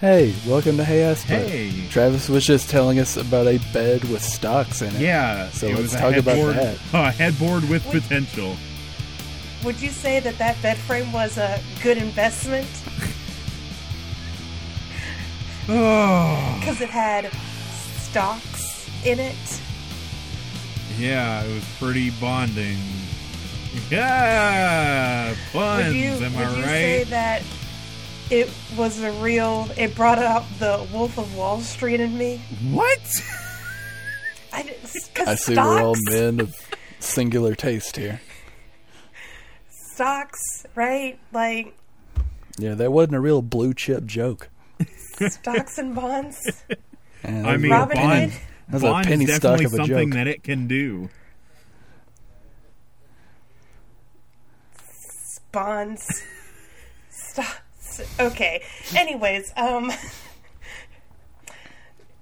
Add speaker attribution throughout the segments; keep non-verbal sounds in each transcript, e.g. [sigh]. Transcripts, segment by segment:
Speaker 1: Hey, welcome to Hey Asper.
Speaker 2: Hey.
Speaker 1: Travis was just telling us about a bed with stocks in it.
Speaker 2: Yeah.
Speaker 1: So
Speaker 2: it
Speaker 1: let's
Speaker 2: was a
Speaker 1: talk about
Speaker 2: headboard,
Speaker 1: that.
Speaker 2: [laughs] A headboard with potential.
Speaker 3: Would you say that that bed frame was a good investment?
Speaker 2: Oh,
Speaker 3: Because it had stocks in it.
Speaker 2: yeah. It was pretty bonding. Yeah,
Speaker 3: Would
Speaker 2: buns.
Speaker 3: you,
Speaker 2: am
Speaker 3: would
Speaker 2: I
Speaker 3: you
Speaker 2: right?
Speaker 3: say that it was a real. It brought out the Wolf of Wall Street in me?
Speaker 2: what?
Speaker 3: I, didn't- 'cause
Speaker 1: I see
Speaker 3: stocks,
Speaker 1: we're all men of singular taste here.
Speaker 3: Stocks, right? Like
Speaker 1: Yeah, that wasn't a real blue chip joke.
Speaker 3: stocks and bonds.
Speaker 1: And
Speaker 2: I mean,
Speaker 3: Robin
Speaker 2: bond.
Speaker 3: Hood?
Speaker 1: That's a
Speaker 2: bond
Speaker 1: penny
Speaker 2: is
Speaker 1: stock
Speaker 2: definitely
Speaker 1: of a
Speaker 2: something
Speaker 1: joke.
Speaker 2: that it can do.
Speaker 3: bonds. Stocks. Okay. Anyways, um. [laughs]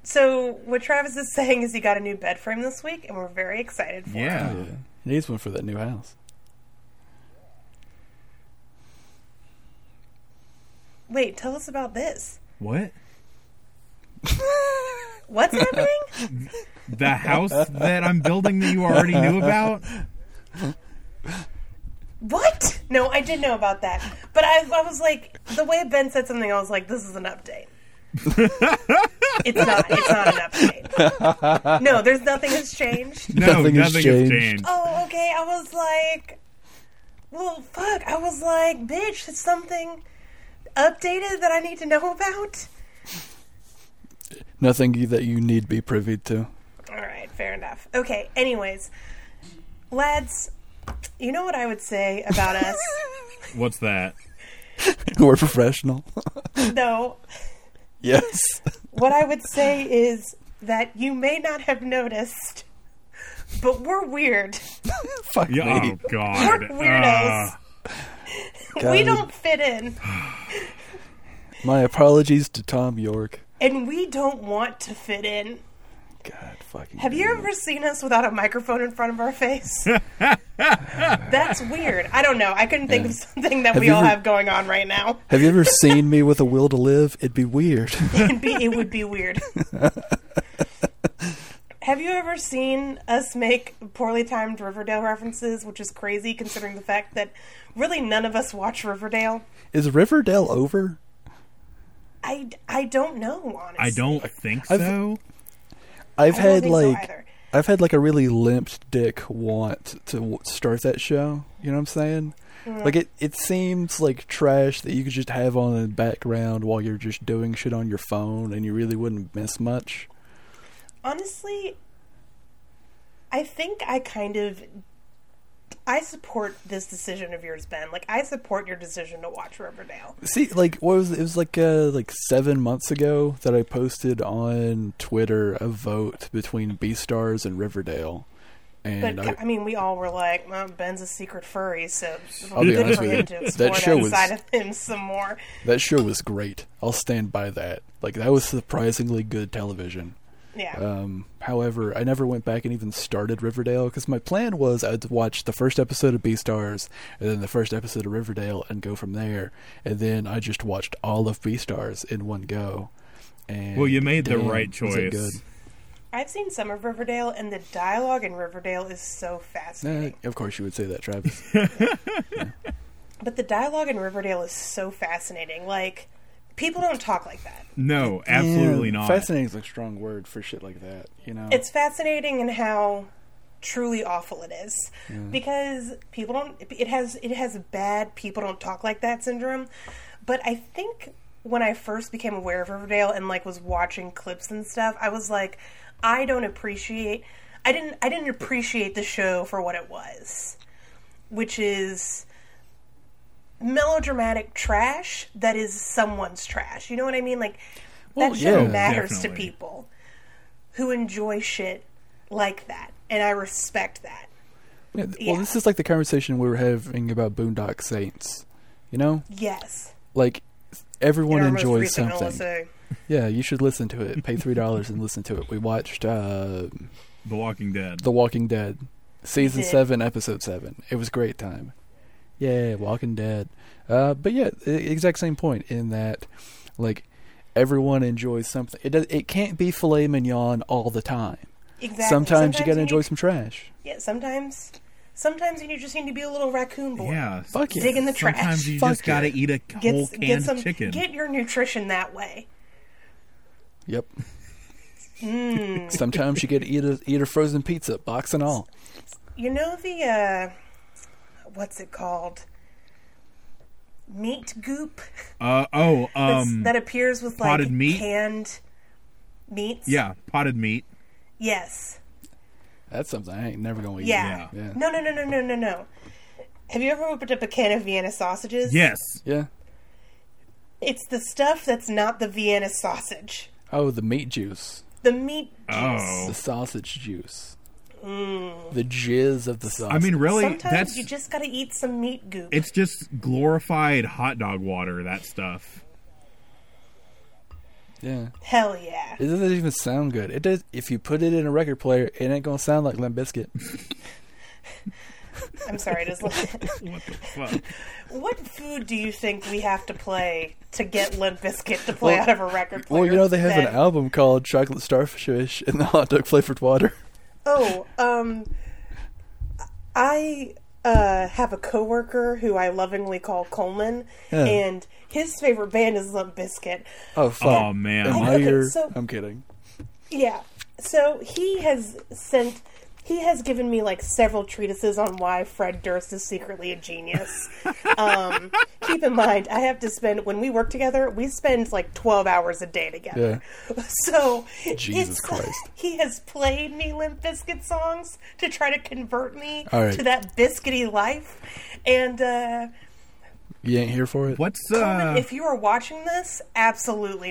Speaker 3: So what Travis is saying is he got a new bed frame this week, and we're very excited for it.
Speaker 2: Yeah.
Speaker 1: yeah, he needs one for that new house.
Speaker 3: Wait, tell us about this.
Speaker 2: What?
Speaker 3: What's happening?
Speaker 2: The house that I'm building that you already
Speaker 1: [laughs]
Speaker 2: knew about?
Speaker 3: What? No, I did know about that, but I, I was like, the way Ben said something, I was like, this is an update. it's not. It's not an update. No, there's nothing has changed.
Speaker 2: No,
Speaker 1: Nothing has
Speaker 2: nothing
Speaker 1: changed.
Speaker 2: has changed.
Speaker 3: Oh, okay. I was like, well, fuck. I was like, bitch, it's something updated that I need to know about.
Speaker 1: Nothing you- that you need be privy to. [laughs]
Speaker 3: All right, fair enough. Okay, anyways, lads, you know what I would say about us?
Speaker 2: What's that?
Speaker 1: We're professional. [laughs]
Speaker 3: no,
Speaker 1: yes. [laughs]
Speaker 3: what I would say is that you may not have noticed, but we're weird. [laughs]
Speaker 1: Fuck
Speaker 2: Yeah,
Speaker 1: me.
Speaker 2: oh God.
Speaker 3: We're weirdos.
Speaker 2: Ah,
Speaker 3: We
Speaker 1: God.
Speaker 3: don't fit in,
Speaker 1: My apologies to Tom York.
Speaker 3: and we don't want to fit in.
Speaker 1: God fucking.
Speaker 3: Have you
Speaker 1: damn it.
Speaker 3: ever seen us without a microphone in front of our face?
Speaker 2: [laughs]
Speaker 3: That's weird. I don't know. I couldn't think of something that
Speaker 1: Have
Speaker 3: we
Speaker 1: you
Speaker 3: all
Speaker 1: ever-
Speaker 3: have going on
Speaker 1: [laughs]
Speaker 3: right now.
Speaker 1: Have you ever seen me with a will to live? It'd be weird. [laughs]
Speaker 3: It'd be, it would be weird. have you ever seen us make poorly timed Riverdale references, which is crazy considering the fact that really none of us watch Riverdale?
Speaker 1: Is Riverdale over?
Speaker 3: I, I don't know, honestly.
Speaker 2: I don't think
Speaker 1: I've-
Speaker 2: so.
Speaker 1: I've
Speaker 3: I don't
Speaker 1: had
Speaker 3: think so
Speaker 1: like
Speaker 3: either.
Speaker 1: I've had like a really limped dick want to w- start that show. You know what I'm saying?
Speaker 3: Mm-hmm.
Speaker 1: Like it, it seems like trash that you could just have on in the background while you're just doing shit on your phone, and you really wouldn't miss much.
Speaker 3: honestly i think i kind of i support this decision of yours ben like i support your decision to watch riverdale
Speaker 1: See, like what was it, was like uh, like seven months ago that I posted on Twitter a vote between Beastars and Riverdale,
Speaker 3: but
Speaker 1: and I,
Speaker 3: I, mean we all were like well, ben's a secret furry so it'll
Speaker 1: I'll
Speaker 3: be
Speaker 1: be
Speaker 3: good
Speaker 1: honest
Speaker 3: for
Speaker 1: with
Speaker 3: him
Speaker 1: you.
Speaker 3: to
Speaker 1: That
Speaker 3: explore that,
Speaker 1: show was-
Speaker 3: side of him some more
Speaker 1: that show was great. I'll stand by that. Like that was surprisingly good television.
Speaker 3: yeah
Speaker 1: Um, however, I never went back and even started Riverdale because my plan was I'd watch the first episode of Beastars and then the first episode of Riverdale and go from there. And then I just watched all of Beastars in one go. And
Speaker 2: Well, you made the
Speaker 1: damn,
Speaker 2: right
Speaker 1: was it
Speaker 2: choice.
Speaker 3: i've seen some of riverdale and the dialogue in riverdale is so
Speaker 1: Good.
Speaker 3: fascinating
Speaker 1: Eh, of course, you would say that, Travis.
Speaker 3: but the dialogue in riverdale is so fascinating like people don't talk like that
Speaker 2: No, [laughs] absolutely
Speaker 1: Yeah,
Speaker 2: not.
Speaker 1: Fascinating is a strong word for shit like that. You know,
Speaker 3: it's fascinating in how truly awful it is because people don't it has it has bad people don't talk like that syndrome but i think when i first became aware of riverdale and like was watching clips and stuff i was like i don't appreciate i didn't i didn't appreciate the show for what it was which is melodramatic trash that is someone's trash you know what i mean like that
Speaker 1: Well,
Speaker 3: show
Speaker 1: yeah,
Speaker 3: matters to
Speaker 2: definitely.
Speaker 3: people who enjoy shit like that, and I respect that.
Speaker 1: Yeah, th-
Speaker 3: yeah.
Speaker 1: well, this is like the conversation we were having about Boondock Saints. You know,
Speaker 3: Yes,
Speaker 1: like everyone
Speaker 3: In our most
Speaker 1: enjoys
Speaker 3: recent
Speaker 1: something.
Speaker 3: LSA.
Speaker 1: Yeah, you should listen to it. Pay three dollars and listen to it. We watched uh,
Speaker 2: The Walking Dead.
Speaker 1: The Walking Dead, season
Speaker 3: did.
Speaker 1: seven, episode seven. It was a great time. Yeah, Walking Dead. Uh, but yeah, e- exact same point in that, like, everyone enjoys something. It does, it can't be filet mignon all the time.
Speaker 3: Exactly.
Speaker 1: Sometimes, you got to
Speaker 3: need-
Speaker 1: enjoy some trash.
Speaker 3: Yeah, sometimes. Sometimes you just need to be a little raccoon boy.
Speaker 2: Yeah.
Speaker 1: Fuck yeah.
Speaker 3: Dig in the trash.
Speaker 2: Sometimes you
Speaker 1: Fuck
Speaker 2: just gotta
Speaker 1: yeah.
Speaker 2: eat a
Speaker 3: Get,
Speaker 2: whole
Speaker 3: get
Speaker 2: canned
Speaker 3: some.
Speaker 2: chicken.
Speaker 3: Get your nutrition that way.
Speaker 1: Yep. [laughs]
Speaker 3: Mm.
Speaker 1: Sometimes you get to eat a eat a frozen pizza, box and
Speaker 3: [laughs]
Speaker 1: all.
Speaker 3: You know the uh, what's it called? Meat goop [laughs]
Speaker 2: uh, oh,
Speaker 3: that's,
Speaker 2: um,
Speaker 3: that appears with like
Speaker 2: potted meat?
Speaker 3: canned meats.
Speaker 2: yeah, potted meat.
Speaker 3: Yes.
Speaker 1: That's something I ain't never gonna eat.
Speaker 3: Yeah.
Speaker 1: Yeah.
Speaker 3: No, no, no, no, no, no, no. Have you ever opened up a can of Vienna sausages?
Speaker 2: Yes.
Speaker 1: Yeah.
Speaker 3: It's the stuff that's not the Vienna sausage.
Speaker 1: Oh, the meat juice,
Speaker 3: The meat juice.
Speaker 2: Oh.
Speaker 1: the sausage juice, the jizz of the sausage.
Speaker 2: I mean, really,
Speaker 3: Sometimes
Speaker 2: that's
Speaker 3: you just gotta eat some meat goop.
Speaker 2: it's just glorified hot dog water. That stuff.
Speaker 1: yeah.
Speaker 3: Hell yeah.
Speaker 1: It doesn't even sound good. It does. If you put it in a record player, it ain't gonna sound like Limp
Speaker 2: [laughs]
Speaker 1: Biscuit.
Speaker 3: I'm sorry, it [laughs] is
Speaker 2: What the fuck?
Speaker 3: What food do you think we have to play to get Limp Bizkit to play
Speaker 1: Well-
Speaker 3: out of a record player?
Speaker 1: Well, you know they have an
Speaker 3: then?
Speaker 1: album called Chocolate Starfish and the Hot Dog Flavored
Speaker 2: [laughs]
Speaker 1: Water.
Speaker 3: Oh, um, I uh, have a coworker who I lovingly call Coleman,
Speaker 1: Yeah.
Speaker 3: and his favorite band is Limp Bizkit.
Speaker 1: Oh fuck!
Speaker 2: Oh, man.
Speaker 1: Am
Speaker 2: I-
Speaker 1: I
Speaker 3: okay,
Speaker 1: your-
Speaker 3: so-
Speaker 1: I'm kidding.
Speaker 3: Yeah. So he has sent. He has given me like several treatises on why Fred Durst is secretly
Speaker 1: [laughs]
Speaker 3: a genius. um, keep in mind, I have to spend when we work together, we spend like twelve hours a day together. [laughs] So
Speaker 1: Jesus
Speaker 3: it's-
Speaker 1: Christ.
Speaker 3: [laughs] he has played me Limp Bizkit songs to try to convert me
Speaker 1: All right.
Speaker 3: to that biscuity life. And uh,
Speaker 1: You ain't here for it.
Speaker 2: What's
Speaker 3: Coleman,
Speaker 2: uh?
Speaker 3: if you are watching this, absolutely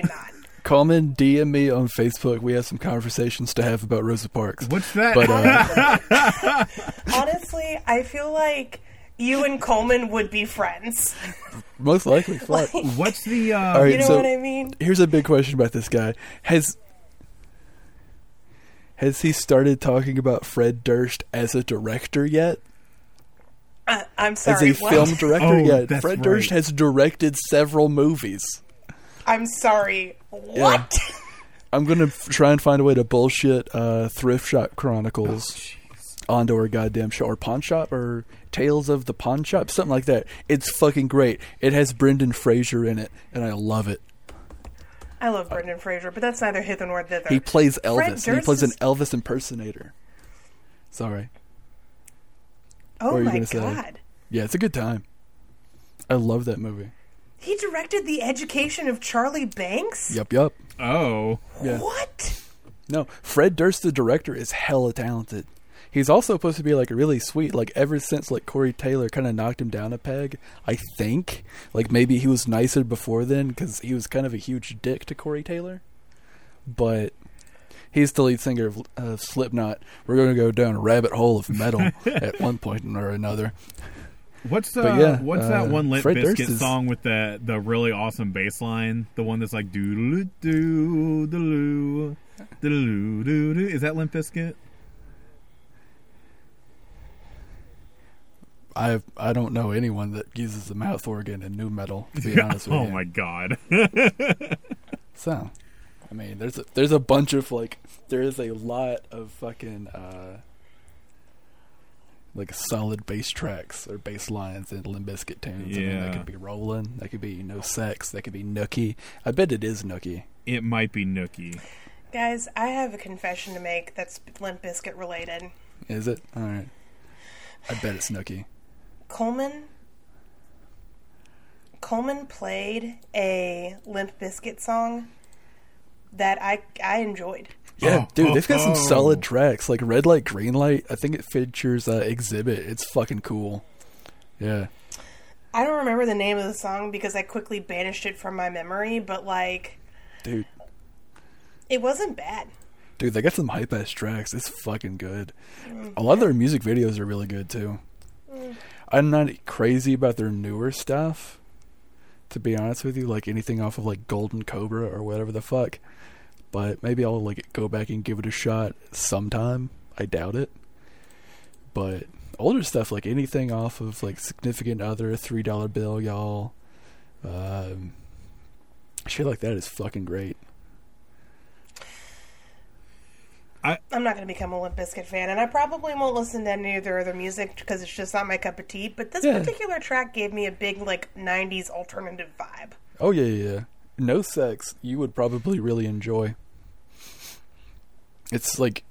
Speaker 1: [laughs]
Speaker 3: not.
Speaker 1: Coleman, DM me on Facebook. We have some conversations to have about Rosa Parks.
Speaker 2: What's that?
Speaker 1: But
Speaker 2: [laughs]
Speaker 1: uh,
Speaker 3: Honestly, I feel like you and Coleman would be friends.
Speaker 1: most likely, fuck.
Speaker 2: What's the uh?
Speaker 1: All right,
Speaker 3: You know
Speaker 1: so
Speaker 3: what I mean?
Speaker 1: here's a big question about this guy: has has he started talking about Fred Durst as a director yet?
Speaker 3: Uh, I'm
Speaker 1: As
Speaker 3: sorry.
Speaker 1: a
Speaker 3: what?
Speaker 1: film director
Speaker 2: Oh,
Speaker 1: yet?
Speaker 2: that's
Speaker 1: Fred Durst
Speaker 2: right.
Speaker 1: has directed several movies.
Speaker 3: I'm sorry. What? [laughs]
Speaker 1: I'm gonna f- try and find a way to bullshit uh, Thrift Shop
Speaker 3: Oh,
Speaker 1: Chronicles onto our goddamn show, or Pawn Shop, or Tales of the Pawn Shop, something like that. It's fucking great. It has Brendan Fraser in it, and I love it.
Speaker 3: I love Brendan Fraser, but that's neither hither nor thither.
Speaker 1: He plays
Speaker 3: Fred
Speaker 1: Elvis. and he
Speaker 3: Durst
Speaker 1: plays an
Speaker 3: is-
Speaker 1: Elvis impersonator. Sorry.
Speaker 3: oh
Speaker 1: were you
Speaker 3: my
Speaker 1: gonna say?
Speaker 3: god.
Speaker 1: Yeah, it's a good time. I love that movie.
Speaker 3: He directed The Education of Charlie Banks?
Speaker 1: Yup, yup.
Speaker 2: Oh,
Speaker 1: Yeah.
Speaker 3: What?
Speaker 1: No, Fred Durst, the director, is hella talented. He's also supposed to be like really sweet. Like ever since like Corey Taylor kind of knocked him down a peg, I think. Like maybe he was nicer before then because he was kind of a huge dick to Corey Taylor. But he's the lead singer of uh, Slipknot. We're gonna go down a rabbit hole of
Speaker 3: [laughs]
Speaker 1: metal at one point or another.
Speaker 2: what's the
Speaker 1: But yeah,
Speaker 2: what's
Speaker 1: uh,
Speaker 2: that one Limp
Speaker 1: Fred Durst
Speaker 2: Biscuit
Speaker 1: is-
Speaker 2: song with the the really awesome bass line? The one that's like doo doo doo doo doo doo doo. Is that Limp Biscuit?
Speaker 1: I I don't know anyone that uses the mouth organ in new metal. To be honest with
Speaker 2: [laughs] oh
Speaker 1: you.
Speaker 2: my god. [laughs]
Speaker 1: So, I mean, there's a, there's a bunch of like there is a lot of fucking uh like solid bass tracks or bass lines in Limp Bizkit tunes. I mean, that
Speaker 2: Yeah.
Speaker 1: could be Rolling, that could be No Sex, that could be Nookie. I bet it is Nookie.
Speaker 2: it might be Nookie.
Speaker 3: Guys, I have a confession to make that's Limp Bizkit related.
Speaker 1: Is it? All right. I bet it's Nookie.
Speaker 3: Coleman Coleman played a Limp Bizkit song that I I enjoyed.
Speaker 1: Yeah,
Speaker 2: Oh,
Speaker 1: dude,
Speaker 2: oh,
Speaker 1: they've got some
Speaker 2: oh.
Speaker 1: solid tracks like Red Light, Green Light. I think it features uh, Exhibit. It's fucking cool. Yeah.
Speaker 3: I don't remember the name of the song because I quickly banished it from my memory, but like
Speaker 1: Dude,
Speaker 3: it wasn't bad.
Speaker 1: Dude, they got some hype ass tracks. It's fucking good. A lot of their music videos are really good too. I'm not crazy about their newer stuff, to be honest with you. Like anything off of like Golden Cobra or whatever the fuck. But maybe I'll like go back and give it a shot sometime. I doubt it. But older stuff, like anything off of like Significant Other, Three Dollar Bill, y'all. Um, Shit like that is fucking great.
Speaker 3: I'm not going to become a Limp Bizkit fan, and I probably won't listen to any of their other music because it's just not my cup of tea. But this
Speaker 1: Yeah.
Speaker 3: particular track gave me a big like '90s alternative vibe.
Speaker 1: Oh yeah, yeah. yeah. No sex, you would probably really enjoy. It's like,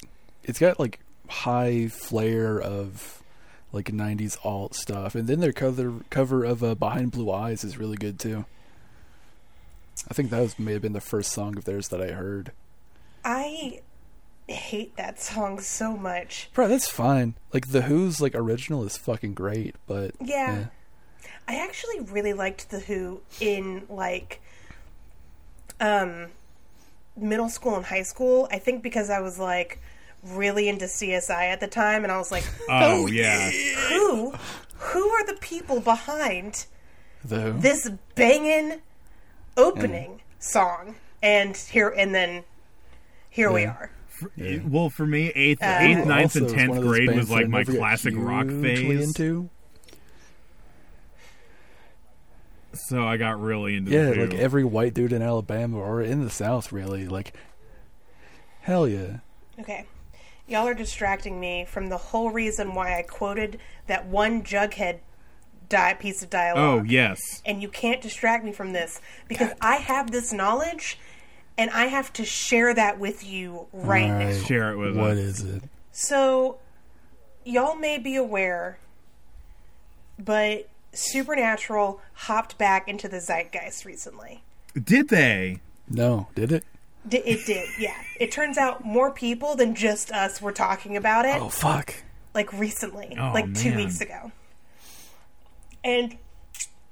Speaker 1: it's got like high flair of like '90s alt stuff, and then their cover cover of uh, "Behind Blue Eyes" is really good too. I think that was may have been the first song of theirs that I heard.
Speaker 3: I hate that song so much.
Speaker 1: Bro, that's fine. Like the Who's like original is fucking great, but
Speaker 3: Yeah. I actually really liked the Who in like um middle school and high school. I think because I was like really into CSI at the time and I was like,
Speaker 2: Oh, yeah.
Speaker 3: who who are the people behind
Speaker 1: the Who.
Speaker 3: this banging opening song? And here and then here we
Speaker 1: Yeah.
Speaker 3: are.
Speaker 2: It- well, for me, eighth, eighth, ninth, and
Speaker 1: Also, it's one
Speaker 2: tenth
Speaker 1: of those
Speaker 2: grade
Speaker 1: bands
Speaker 2: was
Speaker 1: that
Speaker 2: like
Speaker 1: I
Speaker 2: my
Speaker 1: never got
Speaker 2: classic rock
Speaker 1: hugely
Speaker 2: phase.
Speaker 1: Into.
Speaker 2: So I got really into
Speaker 1: Yeah,
Speaker 2: the Who.
Speaker 1: like every white dude in Alabama or in the South, really. Like, hell yeah.
Speaker 3: Okay. Y'all are distracting me from the whole reason why I quoted that one Jughead di- piece of dialogue.
Speaker 2: oh yes,
Speaker 3: And you can't distract me from this because I have this knowledge and I have to share that with you right, now.
Speaker 2: share it with
Speaker 1: What
Speaker 2: us.
Speaker 1: is it?
Speaker 3: So, y'all may be aware, but Supernatural hopped back into the zeitgeist recently.
Speaker 2: Did they?
Speaker 1: No, did it?
Speaker 3: D- it did, yeah. It turns out more people than just us were talking about it.
Speaker 1: Oh fuck!
Speaker 3: like recently,
Speaker 2: Oh,
Speaker 3: like two
Speaker 2: man.
Speaker 3: weeks ago. And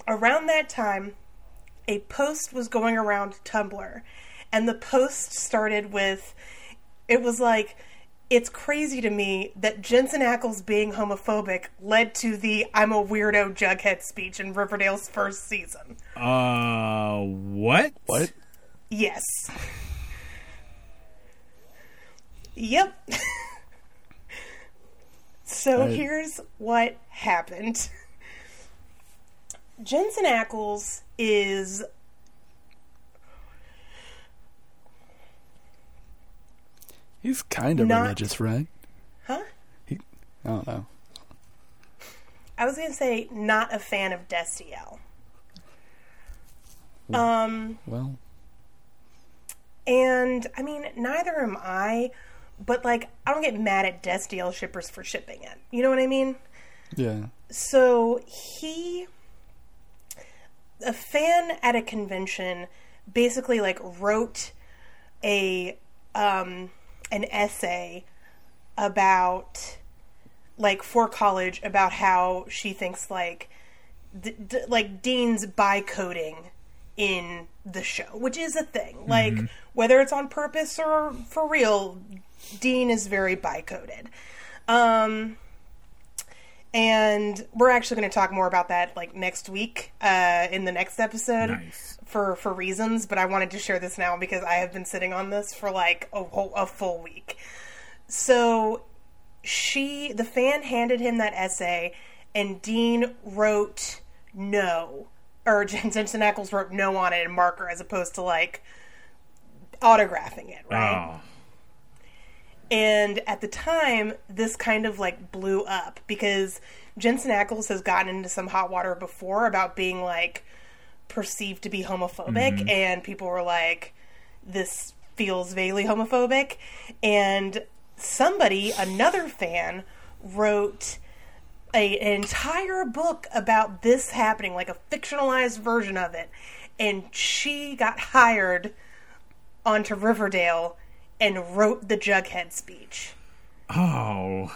Speaker 3: around that time, a post was going around Tumblr, and the post started with it was like, it's crazy to me that Jensen Ackles being homophobic led to the I'm a weirdo jughead speech in Riverdale's first season.
Speaker 2: Uh, what?
Speaker 1: What?
Speaker 3: Yes. Yep. so
Speaker 1: Right.
Speaker 3: here's what happened. Jensen Ackles is
Speaker 1: He's kind of
Speaker 3: Not-
Speaker 1: religious, right?
Speaker 3: Huh?
Speaker 1: He, I don't know.
Speaker 3: I was going to say not a fan of Destiel.
Speaker 1: Well,
Speaker 3: And I mean, neither am I, but like I don't get mad at Destiel shippers for shipping it. You know what I mean?
Speaker 1: yeah.
Speaker 3: So he, a fan at a convention, basically like wrote a um, an essay about like for college about how she thinks like d- d- like deans by coding in the show, which is a thing. Like whether it's on purpose or for real, Dean is very bicoded. Um and we're actually going to talk more about that like next week uh in the next episode
Speaker 2: Nice.
Speaker 3: for for reasons, but I wanted to share this now because I have been sitting on this for like a whole a full week. So she the fan handed him that essay and Dean wrote no or [laughs] Jensen Ackles wrote no on it in marker as opposed to like autographing it, right?
Speaker 2: Oh,
Speaker 3: And at the time, this kind of like blew up because Jensen Ackles has gotten into some hot water before about being like perceived to be homophobic, and people were like, this feels vaguely homophobic. And somebody, another fan, wrote a, an entire book about this happening, like a fictionalized version of it. And she got hired onto Riverdale and wrote the Jughead speech.
Speaker 2: oh,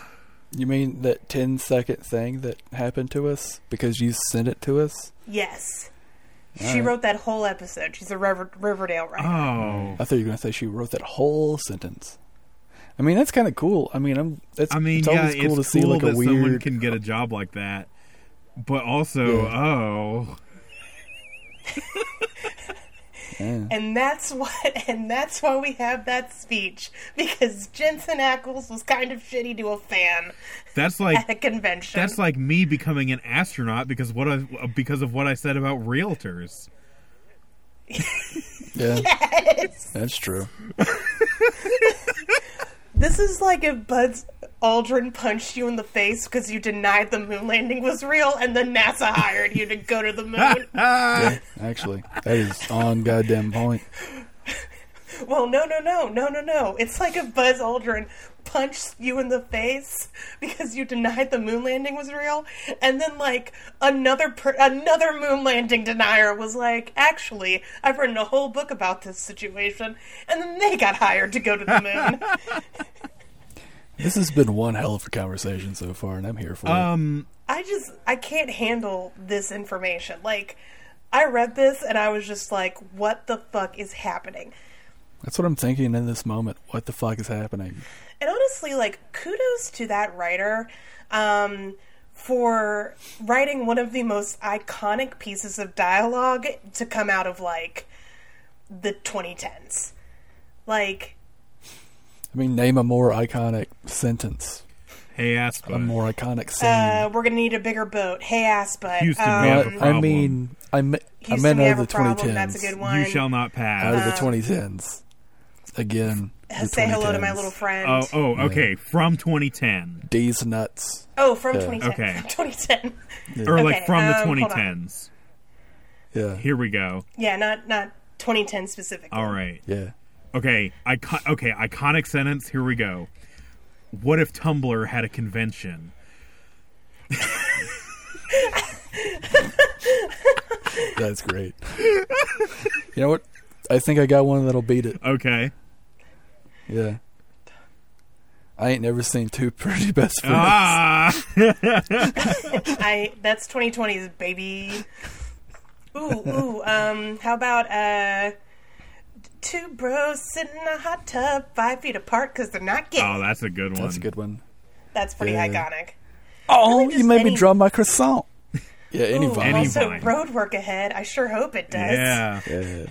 Speaker 1: You mean that 10 second thing that happened to us because you sent it to us?
Speaker 3: Yes. She wrote that whole episode. She's a River- Riverdale writer.
Speaker 2: oh.
Speaker 1: I thought you were gonna say she wrote that whole sentence. I mean, that's kind of cool. I mean, I'm. That's,
Speaker 2: I mean,
Speaker 1: it's
Speaker 2: yeah,
Speaker 1: always
Speaker 2: it's
Speaker 1: cool to see like a
Speaker 2: that someone
Speaker 1: weird.
Speaker 2: can get a job like that, but also,
Speaker 1: Yeah.
Speaker 2: oh,
Speaker 1: Yeah.
Speaker 3: And that's [laughs] what and that's why we have that speech because Jensen Ackles was kind of shitty to a fan
Speaker 2: that's like
Speaker 3: [laughs] at a convention.
Speaker 2: That's like me becoming an astronaut because what I, because of what I said about realtors.
Speaker 1: Yeah,
Speaker 3: [laughs] Yes.
Speaker 1: that's true.
Speaker 3: This is like if Buzz Aldrin punched you in the face because you denied the moon landing was real, and then NASA hired you to go to
Speaker 2: [laughs]
Speaker 3: the moon.
Speaker 1: Yeah, actually, that is on goddamn point.
Speaker 3: well, no, no, no, no, no, no. It's like if Buzz Aldrin punched you in the face [laughs] because you denied the moon landing was real, and then like another per- another moon landing denier was like, actually, I've written a whole book about this situation, and then they got hired to go to the moon.
Speaker 1: This has been one hell of a conversation so far, and I'm here for it.
Speaker 2: Um,
Speaker 3: I just I can't handle this information. Like I read this and I was just like what the fuck is happening?
Speaker 1: That's what I'm thinking in this moment. What the fuck is happening?
Speaker 3: And honestly like kudos to that writer um for writing one of the most iconic pieces of dialogue to come out of like the 2010s. Like
Speaker 1: I mean, name a more iconic sentence,
Speaker 2: hey, Aspa.
Speaker 1: a more iconic scene.
Speaker 3: uh, we're going to need a bigger boat. Hey ass butt.
Speaker 2: Mm. Houston,
Speaker 3: um,
Speaker 2: we have a
Speaker 1: I- I
Speaker 2: problem.
Speaker 1: mean, I, me- I
Speaker 3: Houston,
Speaker 1: meant
Speaker 3: we
Speaker 1: out of
Speaker 3: have
Speaker 1: the
Speaker 3: a problem.
Speaker 1: 2010s.
Speaker 3: That's a good one. Uh,
Speaker 2: you shall not
Speaker 1: Out
Speaker 2: pass.
Speaker 1: of the 2010s.
Speaker 3: [laughs]
Speaker 1: Again, the
Speaker 3: Say hello to my
Speaker 1: 2010s.
Speaker 3: little friend.
Speaker 2: Oh, oh, okay. From 2010,
Speaker 1: D's nuts.
Speaker 3: Oh, from
Speaker 1: Yeah.
Speaker 3: 2010.
Speaker 2: Okay.
Speaker 3: [laughs] From 2010.
Speaker 2: or
Speaker 3: Okay,
Speaker 2: like from the
Speaker 3: um, hold on.
Speaker 2: 2010s.
Speaker 1: Yeah,
Speaker 2: Here we go.
Speaker 3: Yeah, not not 2010 specifically.
Speaker 2: All right.
Speaker 1: yeah.
Speaker 2: Okay. Icon- okay. Iconic sentence. Here we go. What if Tumblr had a convention?
Speaker 1: That's great. [laughs] you know what? I think I got one that'll beat it.
Speaker 2: Okay.
Speaker 1: Yeah. I ain't never seen two pretty [laughs] best friends.
Speaker 2: Ah.
Speaker 3: I that's 2020's baby. Ooh, ooh. Um, how about uh, two bros sitting in a hot tub five feet apart because they're not gay.
Speaker 2: Oh, that's a good one.
Speaker 1: That's a good one.
Speaker 3: that's pretty
Speaker 1: yeah.
Speaker 3: iconic.
Speaker 1: Oh,
Speaker 3: just
Speaker 1: you made
Speaker 3: any-
Speaker 1: me draw my croissant. Yeah, any
Speaker 3: Ooh,
Speaker 1: vibe.
Speaker 3: also,
Speaker 2: Vine.
Speaker 3: road work ahead. I sure hope it does.
Speaker 2: Yeah.
Speaker 1: Yeah,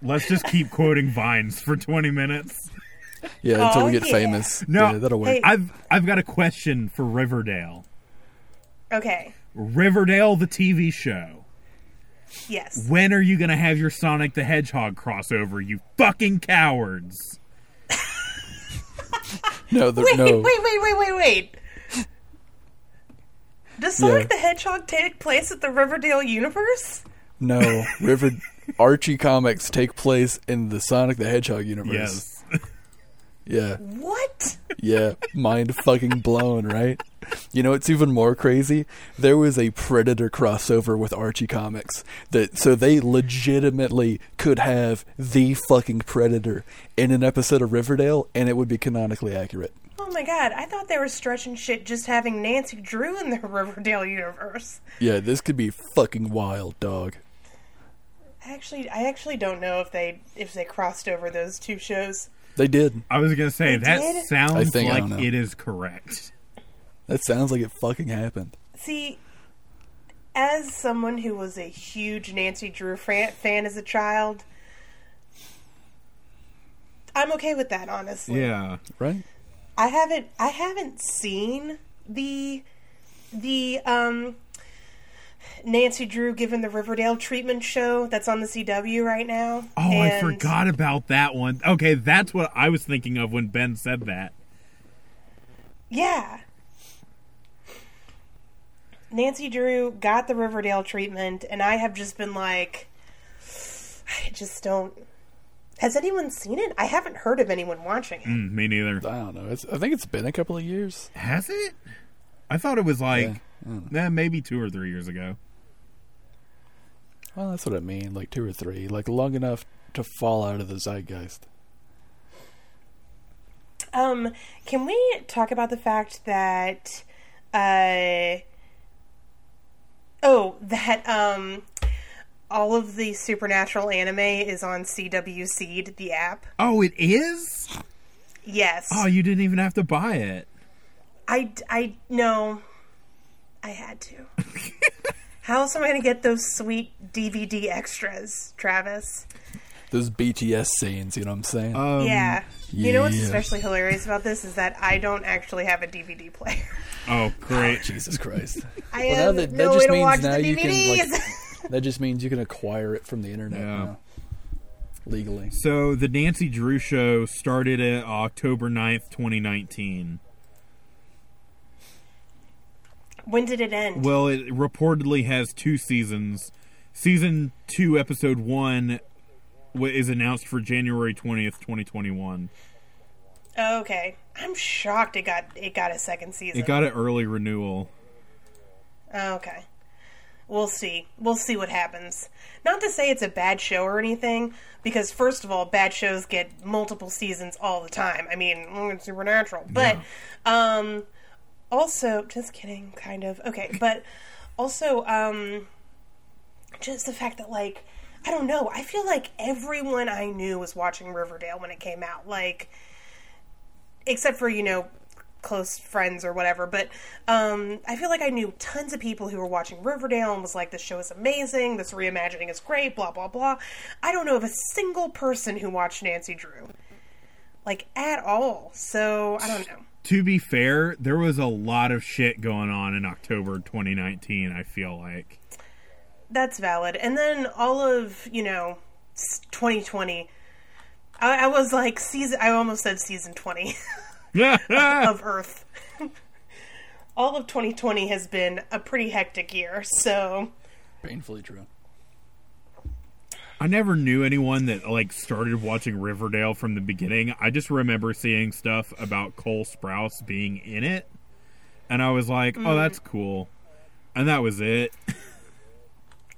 Speaker 2: Let's just keep quoting vines for 20 minutes.
Speaker 1: yeah. Until
Speaker 3: Oh,
Speaker 1: we get
Speaker 3: yeah.
Speaker 1: famous.
Speaker 2: No.
Speaker 1: yeah, that'll work.
Speaker 3: Hey.
Speaker 2: I've I've got a question for Riverdale.
Speaker 3: Okay.
Speaker 2: Riverdale the TV show.
Speaker 3: Yes.
Speaker 2: When are you going to have your Sonic the Hedgehog crossover, you fucking cowards?
Speaker 1: No, there,
Speaker 3: Wait,
Speaker 1: no.
Speaker 3: wait, wait, wait, wait, wait. Does Sonic
Speaker 1: Yeah.
Speaker 3: the Hedgehog take place at the Riverdale universe?
Speaker 1: No, River Archie comics take place in the Sonic the Hedgehog universe.
Speaker 2: Yes.
Speaker 1: Yeah,
Speaker 3: What?
Speaker 1: yeah. Mind fucking blown, right? You know, it's even more crazy. There was a Predator crossover with Archie comics that so they legitimately could have the fucking Predator in an episode of Riverdale, and it would be canonically accurate.
Speaker 3: Oh my god, I thought they were stretching shit just having Nancy Drew in the [laughs] Riverdale universe.
Speaker 1: Yeah, this could be fucking wild, dog.
Speaker 3: I actually I actually don't know if they if they crossed over those two shows.
Speaker 1: They did.
Speaker 2: I was going to say that
Speaker 3: did?
Speaker 1: I
Speaker 2: sounds
Speaker 1: think- I don't
Speaker 2: like
Speaker 1: know.
Speaker 2: it is correct.
Speaker 1: That sounds like it fucking happened.
Speaker 3: See, as someone who was a huge Nancy Drew fan, fan as a child, I'm okay with that honestly.
Speaker 2: Yeah.
Speaker 1: Right?
Speaker 3: I haven't I haven't seen the the um Nancy Drew given the Riverdale treatment show that's on the CW right now.
Speaker 2: Oh, I forgot about that one. Okay, that's what I was thinking of when Ben said that.
Speaker 3: Yeah. Nancy Drew got the Riverdale treatment, and I have just been like, I just don't. Has anyone seen it? I haven't heard of anyone watching it.
Speaker 2: Mm, me neither.
Speaker 1: I don't know. It's, I think it's been a couple of years.
Speaker 2: Has it? I thought it was like
Speaker 1: Yeah,
Speaker 2: eh, maybe 2 or 3 years ago.
Speaker 1: Well, that's what I mean. Like two or three. Like long enough to fall out of the zeitgeist.
Speaker 3: Um, can we talk about the fact that, uh, oh, that um, all of the supernatural anime is on CW Seed, the app?
Speaker 2: Oh, it is?
Speaker 3: Yes.
Speaker 2: Oh, you didn't even have to buy it.
Speaker 3: I, I no, I
Speaker 1: [laughs]
Speaker 3: had to. How else am I going to get those sweet DVD extras, Travis?
Speaker 1: Those BTS scenes. You know what I'm saying?
Speaker 3: yeah. You know what's
Speaker 1: Um, yeah.
Speaker 3: especially hilarious about this is that I don't actually have a
Speaker 1: [laughs]
Speaker 3: DVD player.
Speaker 2: Oh, great.
Speaker 1: Jesus [laughs] Christ.
Speaker 3: I
Speaker 1: Well,
Speaker 3: have
Speaker 1: now that- that
Speaker 3: no
Speaker 1: just
Speaker 3: way to
Speaker 1: means
Speaker 3: watch the
Speaker 1: now you can,
Speaker 3: DVDs.
Speaker 1: like- that just means you can acquire it from the internet.
Speaker 2: Yeah.
Speaker 1: now. legally.
Speaker 2: So the Nancy Drew show started at October 9th, 2019.
Speaker 3: [laughs] When did it end?
Speaker 2: Well, it reportedly has two seasons. Season 2 episode 1 wa- is announced for January 20th, 2021.
Speaker 3: Oh, okay, I'm shocked it got it got a second season.
Speaker 2: It got an early renewal.
Speaker 3: Oh, Okay. We'll see. We'll see what happens. Not to say it's a bad show or anything, because first of all, bad shows get multiple seasons all the time. I mean, mm, it's supernatural. But um also just kidding, kind of. Okay, but also, um just the fact that like I don't know, I feel like everyone I knew was watching Riverdale when it came out. Like except for, you know, close friends or whatever, but um, I feel like I knew tons of people who were watching Riverdale and was like, this show is amazing, this reimagining is great, blah, blah, blah. I don't know of a single person who watched Nancy Drew, like, at all. So, I don't know.
Speaker 2: To be fair, there was a lot of shit going on in October 2019, I feel like. [laughs]
Speaker 3: That's valid. And then all of, you know, s- 2020. I, I was like season. I almost said season twenty [laughs] of Earth. [laughs] All of 2020 has been a pretty hectic year, so
Speaker 1: Painfully true.
Speaker 2: I never knew anyone that like started watching Riverdale from the beginning. I just remember seeing stuff about Cole Sprouse being in it, and I was like, "Oh, that's cool," and that was it.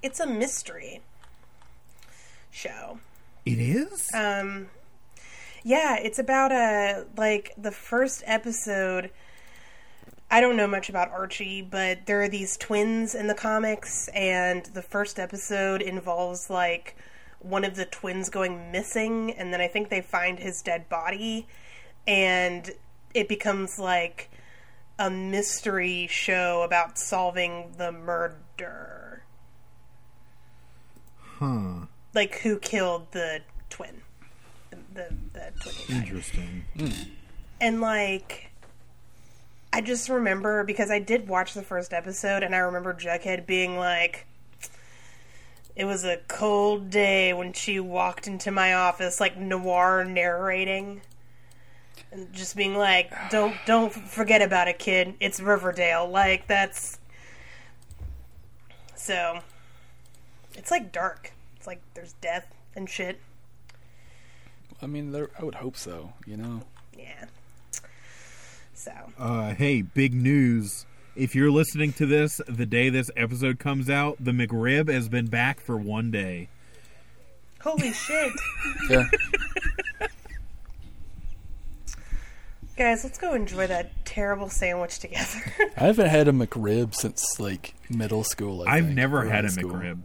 Speaker 3: it's a mystery show.
Speaker 2: It is.
Speaker 3: Um, yeah, it's about a like the first episode. I don't know much about Archie, but there are these twins in the comics, and the first episode involves like one of the twins going missing, and then I think they find his dead body, and it becomes like a mystery show about solving the murder.
Speaker 2: huh.
Speaker 3: like who killed the twin, the the, the twin. guy.
Speaker 2: Interesting.
Speaker 3: And like, I just remember because I did watch the first episode, and I remember Jughead being like, "It was a cold day when she walked into my office," like noir narrating. And just being like, don't don't forget about it, kid. It's Riverdale. Like that's so. It's like dark. It's like there's death and shit.
Speaker 1: I mean, there, I would hope so. You know,
Speaker 3: Yeah. So
Speaker 2: Uh, hey, big news! If you're listening to this the day this episode comes out, the McRib has been back for one day.
Speaker 3: holy shit.
Speaker 1: yeah.
Speaker 3: Guys, let's go enjoy that terrible sandwich together.
Speaker 1: [laughs]
Speaker 3: [laughs]
Speaker 1: I haven't had a McRib since like middle school. I
Speaker 2: I've
Speaker 1: think,
Speaker 2: never
Speaker 1: or
Speaker 2: had
Speaker 1: high
Speaker 2: a
Speaker 1: school.
Speaker 2: McRib.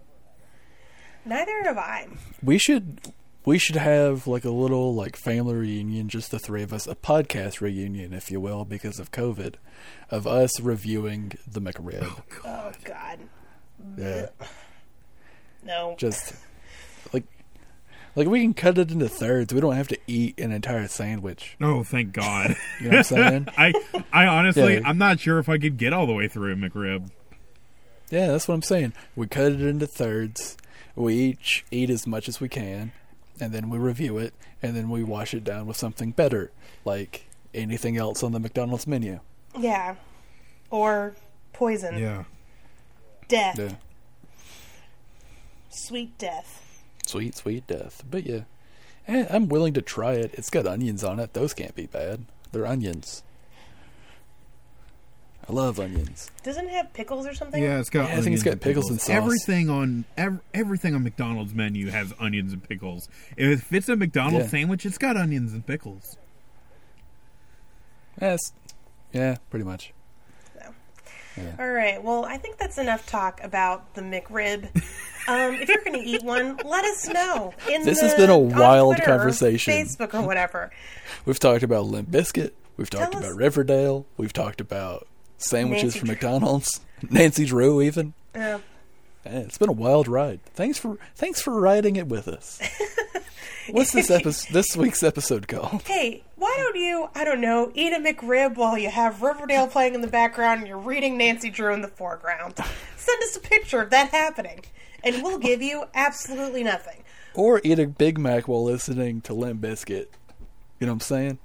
Speaker 3: Neither have I. Oh,
Speaker 1: We should we should have like a little like family reunion, just the three of us, a podcast reunion, if you will, because of COVID, of us reviewing the McRib.
Speaker 2: [laughs]
Speaker 3: Oh god.
Speaker 1: Yeah,
Speaker 3: No.
Speaker 1: just like like we can cut it into thirds. We don't have to eat an entire sandwich.
Speaker 2: Oh, thank God!
Speaker 1: You know what I'm saying?
Speaker 2: [laughs] I, I honestly,
Speaker 1: Yeah.
Speaker 2: I'm not sure if I could get all the way through a McRib.
Speaker 1: yeah, that's what I'm saying. We cut it into thirds. We each eat as much as we can, and then we review it, and then we wash it down with something better, like anything else on the McDonald's menu.
Speaker 3: yeah. Or poison.
Speaker 2: Yeah.
Speaker 3: Death.
Speaker 1: Yeah.
Speaker 3: Sweet death.
Speaker 1: Sweet, sweet death. But yeah, Eh, I'm willing to try it. It's got onions on it. Those can't be bad. They're onions. I love onions.
Speaker 3: Doesn't it have pickles or something?
Speaker 2: Yeah, it's got.
Speaker 1: Yeah, I think it's
Speaker 2: onions
Speaker 1: got
Speaker 2: and
Speaker 1: pickles and sauce.
Speaker 2: Everything on ev- everything on McDonald's menu has onions and pickles. If it's a McDonald's
Speaker 1: Yeah.
Speaker 2: sandwich, it's got onions and pickles.
Speaker 1: Yes. Yeah, pretty much.
Speaker 3: All right. Well, I think that's enough talk about the McRib. Um, if you're going to eat one, let us know. In
Speaker 1: This
Speaker 3: the,
Speaker 1: has been a
Speaker 3: on
Speaker 1: wild
Speaker 3: Twitter or
Speaker 1: conversation.
Speaker 3: Facebook or whatever.
Speaker 1: We've talked about Limp Biscuit. We've talked
Speaker 3: Tell us-
Speaker 1: about Riverdale. We've talked about sandwiches
Speaker 3: Nancy
Speaker 1: from
Speaker 3: Drew.
Speaker 1: McDonald's. [laughs] Nancy Drew, even.
Speaker 3: Yeah.
Speaker 1: Eh, It's been a wild ride. Thanks for thanks for riding it with
Speaker 3: [laughs]
Speaker 1: us. What's this episode? This week's episode called?
Speaker 3: hey, why don't you, I don't know, eat a McRib while you have Riverdale playing in the background and you're reading Nancy Drew in the foreground? Send us a picture of that happening, and we'll give you absolutely nothing.
Speaker 1: or eat a Big Mac while listening to Limp Biscuit. You know what I'm saying?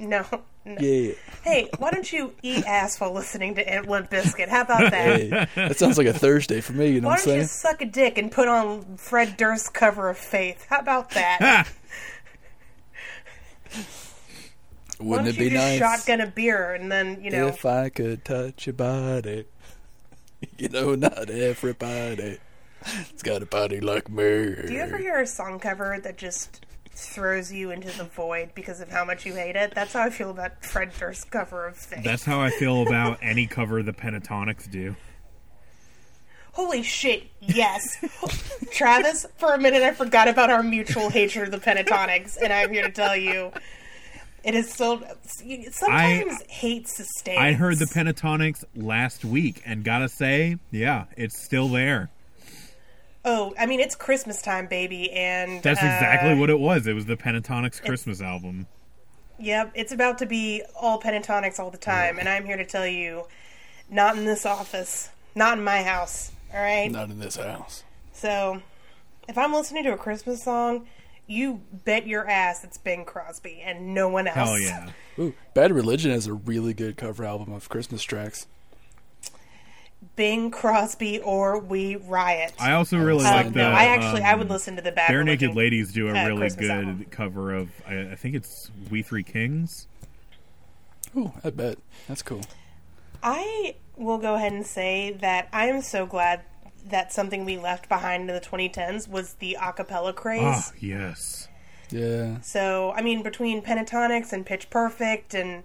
Speaker 3: No. no. [laughs]
Speaker 1: Yeah.
Speaker 3: Hey, why don't you eat ass while listening to Limp Biscuit? How about that?
Speaker 1: Hey, that sounds like a Thursday for me. You know
Speaker 3: Why
Speaker 1: what I'm
Speaker 3: don't you
Speaker 1: saying?
Speaker 3: suck a dick and put on Fred Durst's cover of Faith? How
Speaker 1: [laughs]
Speaker 3: about that? Why
Speaker 1: Wouldn't it
Speaker 3: don't you
Speaker 1: be
Speaker 3: just
Speaker 1: nice
Speaker 3: shotgun a beer and then you know?
Speaker 1: if I could touch your body? [laughs] You know, not everybody. It's got a body like me.
Speaker 3: Do you ever hear a song cover that just throws you into the void because of how much you hate it? That's how I feel about Fred Durst's cover of Faith.
Speaker 2: That's how I feel about [laughs] any cover the Pentatonics do.
Speaker 3: Holy shit! Yes, Travis. For a minute, I forgot about our mutual hatred of the Pentatonics, and I'm here to tell you, it is so. Sometimes hate sustains.
Speaker 2: I heard the Pentatonics last week and gotta say, yeah, it's still there.
Speaker 3: Oh, I mean, it's Christmas time, baby, and
Speaker 2: That's
Speaker 3: uh,
Speaker 2: exactly what it was. It was the Pentatonics Christmas album.
Speaker 3: Yep, it's about to be all pentatonics all the time, and I'm here to tell you, not in this office, not in my house. All right.
Speaker 1: Not in this house.
Speaker 3: So, if I'm listening to a Christmas song, you bet your ass it's Bing Crosby and no one else.
Speaker 2: Hell yeah.
Speaker 1: Ooh, Bad Religion has a really good cover album of Christmas tracks.
Speaker 3: [laughs] Bing Crosby or we riot.
Speaker 2: I also really
Speaker 3: Um,
Speaker 2: like the.
Speaker 3: no, I actually I would
Speaker 2: um,
Speaker 3: listen to the bad.
Speaker 2: Bare
Speaker 3: Religion.
Speaker 2: Naked Ladies do a
Speaker 3: uh,
Speaker 2: really
Speaker 3: Christmas
Speaker 2: good
Speaker 3: album.
Speaker 2: cover of, I, I think it's We Three Kings.
Speaker 1: Ooh, I bet. That's cool.
Speaker 3: I will go ahead and say that I am so glad that something we left behind in the 2010s was the a cappella craze.
Speaker 2: Ah, yes.
Speaker 1: Yeah.
Speaker 3: So, I mean, between Pentatonics and Pitch Perfect and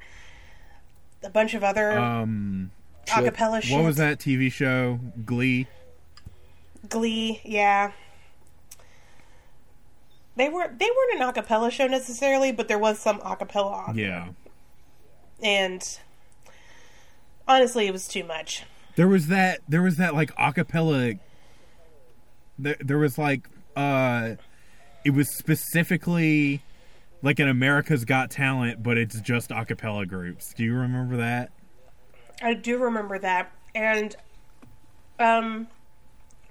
Speaker 3: a bunch of other
Speaker 2: Um,
Speaker 3: a cappella shit.
Speaker 2: what was that TV show? Glee.
Speaker 3: Glee, yeah. They were they weren't an a cappella show necessarily, but there was some a cappella on.
Speaker 2: Yeah.
Speaker 3: And honestly, it was too much.
Speaker 2: There was that. There was that like acapella. There, there was like, uh, it was specifically like an America's Got Talent, but it's just acapella groups. Do you remember that?
Speaker 3: I do remember that. And um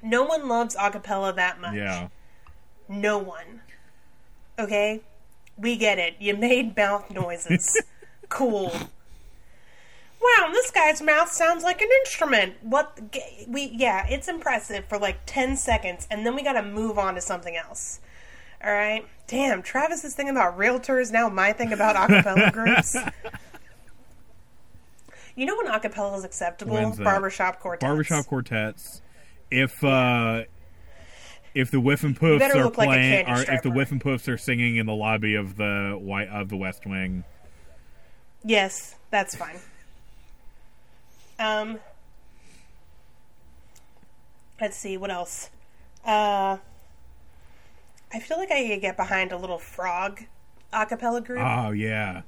Speaker 3: no one loves a cappella that much.
Speaker 2: Yeah.
Speaker 3: No one. Okay? We get it. You made
Speaker 2: [laughs]
Speaker 3: mouth noises. cool. Wow, this guy's mouth sounds like an instrument. What g- we yeah, it's impressive for like 10 seconds and then we got to move on to something else. All right. Damn, Travis's thing about realtors now my thing about
Speaker 2: [laughs]
Speaker 3: acapella groups. You know when acapella is acceptable?
Speaker 2: When's that?
Speaker 3: Barbershop quartets.
Speaker 2: Barbershop quartets. If uh, if the Whiff and Poofs
Speaker 3: better
Speaker 2: are
Speaker 3: look like a
Speaker 2: playing,
Speaker 3: candy
Speaker 2: or if the
Speaker 3: striper.
Speaker 2: Whiff and Poofs are singing in the lobby of the White of the West Wing,
Speaker 3: Yes, that's fine. Um, let's see what else. Uh, I feel like I could get behind a little frog a cappella group.
Speaker 2: oh yeah,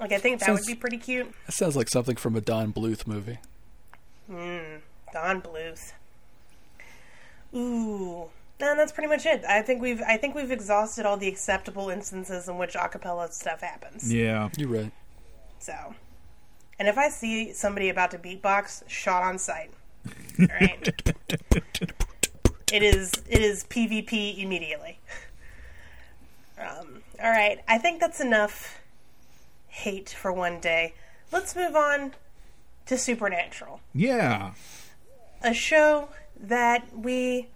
Speaker 3: like I think that
Speaker 1: sounds-
Speaker 3: would be pretty cute.
Speaker 1: That sounds like something from a Don Bluth movie.
Speaker 3: Don Bluth. Ooh. And that's pretty much it. I think we've I think we've exhausted all the acceptable instances in which a cappella stuff happens.
Speaker 2: yeah.
Speaker 1: You're right.
Speaker 3: So, and if I see somebody about to beatbox, shot on sight. All right. it is it is PvP immediately. Um, all right, I think that's enough hate for one day. Let's move on to Supernatural,
Speaker 2: Yeah.
Speaker 3: a show that we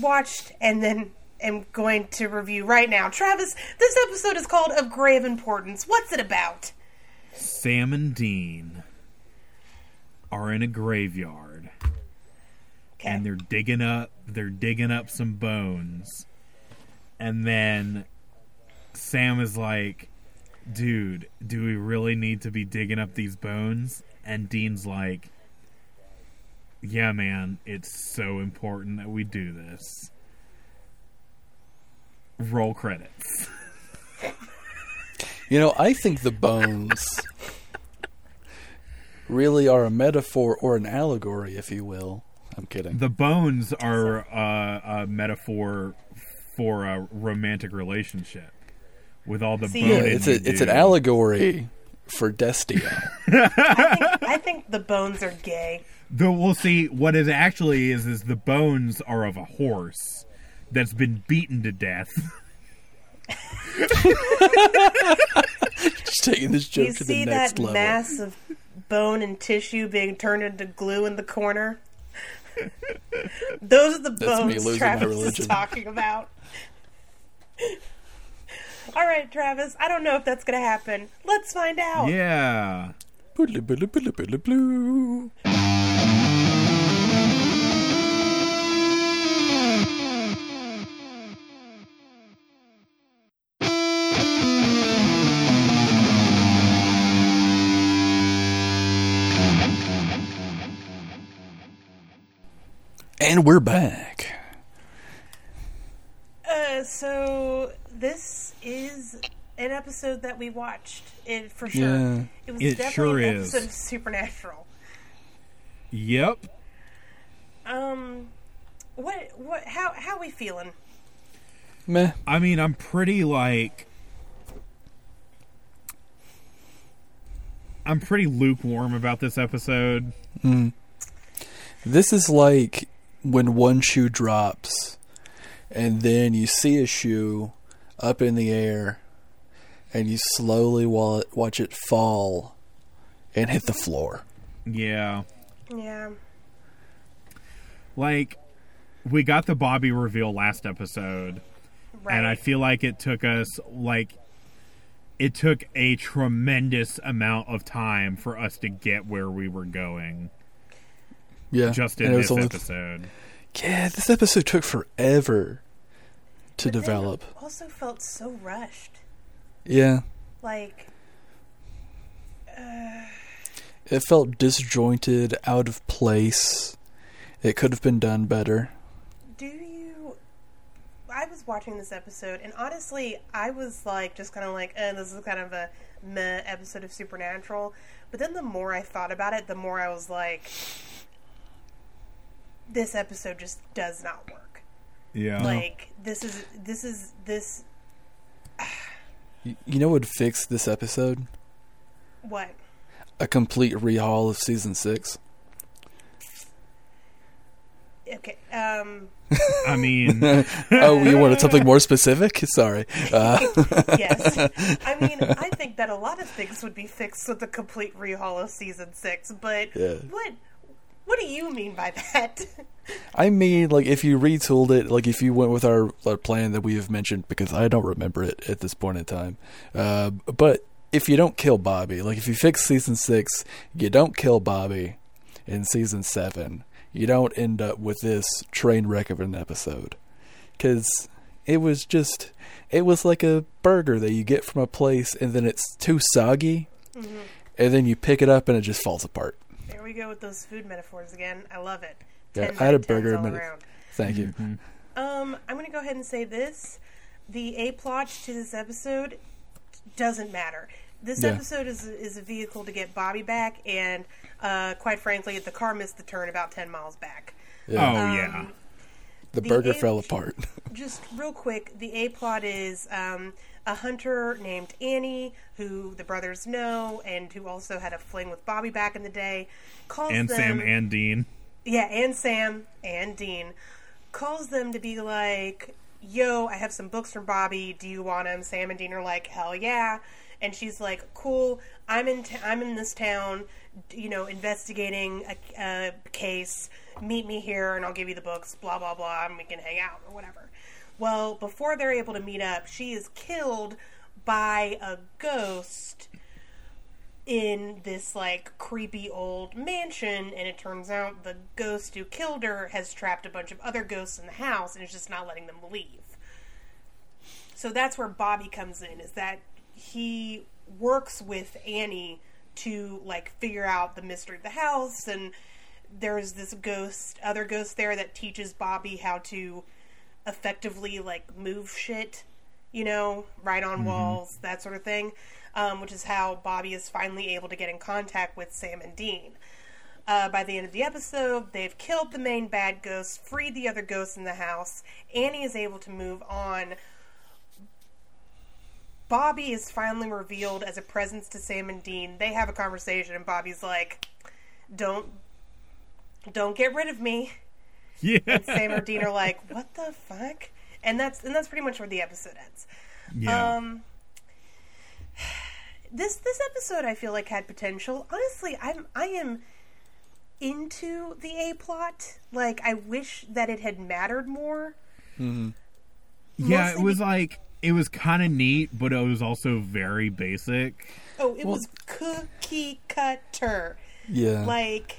Speaker 3: watched and then am going to review right now. Travis, this episode is called Of Grave Importance. What's it about?
Speaker 2: Sam and Dean are in a graveyard
Speaker 3: Okay.
Speaker 2: and they're digging up they're digging up some bones. And then Sam is like, "Dude, do we really need to be digging up these bones?" And Dean's like, "Yeah, man, it's so important that we do this." Roll credits.
Speaker 1: You know, I think the bones really are a metaphor or an allegory, if you will. I'm kidding.
Speaker 2: the bones are uh, a metaphor for a romantic relationship with all the
Speaker 3: See-
Speaker 2: bone
Speaker 1: yeah,
Speaker 2: in
Speaker 1: it's
Speaker 2: you,
Speaker 1: a, it's an
Speaker 2: dude.
Speaker 1: allegory for Destio.
Speaker 3: I think the bones are gay.
Speaker 2: Though we'll see what it actually is is the bones are of a horse that's been beaten to death.
Speaker 1: Just taking this joke
Speaker 3: you
Speaker 1: to the
Speaker 3: see
Speaker 1: next
Speaker 3: that
Speaker 1: level.
Speaker 3: mass of bone and tissue being turned into glue in
Speaker 1: [laughs]
Speaker 3: the corner? Those are the
Speaker 1: That's me losing
Speaker 3: bones
Speaker 1: my
Speaker 3: Travis
Speaker 1: religion.
Speaker 3: is talking about. [laughs] All right, Travis, I don't know if that's going to happen. Let's find out.
Speaker 2: yeah.
Speaker 1: Boodly, boodly, boodly, boodly, blue. And we're back.
Speaker 3: Uh, so this is an episode that we watched it for sure.
Speaker 1: Yeah.
Speaker 3: It was
Speaker 2: It
Speaker 3: definitely
Speaker 2: sure
Speaker 3: an
Speaker 2: is.
Speaker 3: episode of Supernatural.
Speaker 2: Yep.
Speaker 3: Um, what what how how we feeling?
Speaker 1: Meh.
Speaker 2: I mean, I'm pretty like I'm pretty lukewarm about this episode.
Speaker 1: This is like when one shoe drops, and then you see a shoe up in the air, and you slowly wa- watch it fall and hit the floor.
Speaker 2: Yeah.
Speaker 3: Yeah.
Speaker 2: Like we got the Bobby reveal last episode.
Speaker 3: Right.
Speaker 2: and I feel like it took us like it took a tremendous amount of time for us to get where we were going
Speaker 1: Yeah,
Speaker 2: just
Speaker 1: and
Speaker 2: in
Speaker 1: it
Speaker 2: this
Speaker 1: was only-
Speaker 2: episode.
Speaker 1: Yeah, this episode took forever to
Speaker 3: But then
Speaker 1: develop.
Speaker 3: Also felt so rushed.
Speaker 1: Yeah,
Speaker 3: Like
Speaker 1: it felt disjointed, out of place. It could have been done better.
Speaker 3: do you I was watching this episode and honestly I was like just kind of like eh, this is kind of a meh episode of Supernatural but then the more I thought about it the more I was like this episode just does not work
Speaker 2: Yeah.
Speaker 3: like this is this is this
Speaker 1: Y- You know what would fix this episode?
Speaker 3: what
Speaker 1: A complete rehaul of season six.
Speaker 3: okay um
Speaker 2: I
Speaker 1: [laughs]
Speaker 2: mean,
Speaker 1: oh, you wanted something more specific? [laughs] Sorry. Uh, [laughs]
Speaker 3: yes. I mean, I think that a lot of things would be fixed with the complete rehaul of season six, but
Speaker 1: Yeah.
Speaker 3: what what do you mean by [laughs] that?
Speaker 1: I mean, like, if you retooled it, like, if you went with our, our plan that we have mentioned, because I don't remember it at this point in time. Uh, but if you don't kill Bobby, like, if you fix season six, you don't kill Bobby in season seven, you don't end up with this train wreck of an episode. Because it was just, it was like a burger that you get from a place and then it's too soggy, and then you pick it up and it just falls apart.
Speaker 3: there we go with those food metaphors again. I love it.
Speaker 1: Yeah,
Speaker 3: 10
Speaker 1: I had a
Speaker 3: by 10s
Speaker 1: burger a
Speaker 3: all
Speaker 1: minute.
Speaker 3: around.
Speaker 1: Thank you.
Speaker 3: Um, I'm going to go ahead and say this: the a plot to this episode doesn't matter. This
Speaker 1: Yeah.
Speaker 3: episode is is a vehicle to get Bobby back, and uh, quite frankly, the car missed the turn about ten miles back.
Speaker 2: oh
Speaker 3: Um,
Speaker 2: yeah.
Speaker 1: The
Speaker 3: The
Speaker 1: burger
Speaker 3: age-
Speaker 1: fell
Speaker 3: [laughs]
Speaker 1: apart. [laughs]
Speaker 3: just real quick, the A plot is um, a hunter named Annie, who the brothers know, and who also had a fling with Bobby back in the day. Calls
Speaker 2: And
Speaker 3: them,
Speaker 2: Sam and Dean. [laughs]
Speaker 3: yeah, and Sam and Dean calls them to be like, "Yo, I have some books from Bobby. Do you want them?" Sam and Dean are like, "Hell yeah!" And she's like, "Cool, I'm in. T- I'm in this town, d- you know, investigating a, a case. Meet me here, and I'll give you the books. Blah blah blah, and we can hang out or whatever." Well, before they're able to meet up, she is killed by a ghost in this like creepy old mansion and it turns out the ghost who killed her has trapped a bunch of other ghosts in the house and is just not letting them leave. So that's where Bobby comes in is that he works with Annie to like figure out the mystery of the house and there's this ghost other ghost there that teaches Bobby how to effectively like move shit, you know, right on walls, that sort of thing, um, which is how Bobby is finally able to get in contact with Sam and Dean. Uh, by the end of the episode, they've killed the main bad ghost, freed the other ghosts in the house. Annie is able to move on. Bobby is finally revealed as a presence to Sam and Dean. They have a conversation, and Bobby's like, "Don't, don't get rid of me."
Speaker 2: Yeah.
Speaker 3: Sam and Dean are like, [laughs] "What the fuck?" and that's and that's pretty much where the episode ends.
Speaker 2: Yeah.
Speaker 3: Um, this this episode I feel like had potential. Honestly, I'm I am into the A plot. Like I wish that it had mattered more.
Speaker 2: yeah, it
Speaker 3: mostly
Speaker 2: was
Speaker 3: be-
Speaker 2: like it was kind of neat, but it was also very basic.
Speaker 3: Oh, it was cookie cutter.
Speaker 1: Yeah.
Speaker 3: Like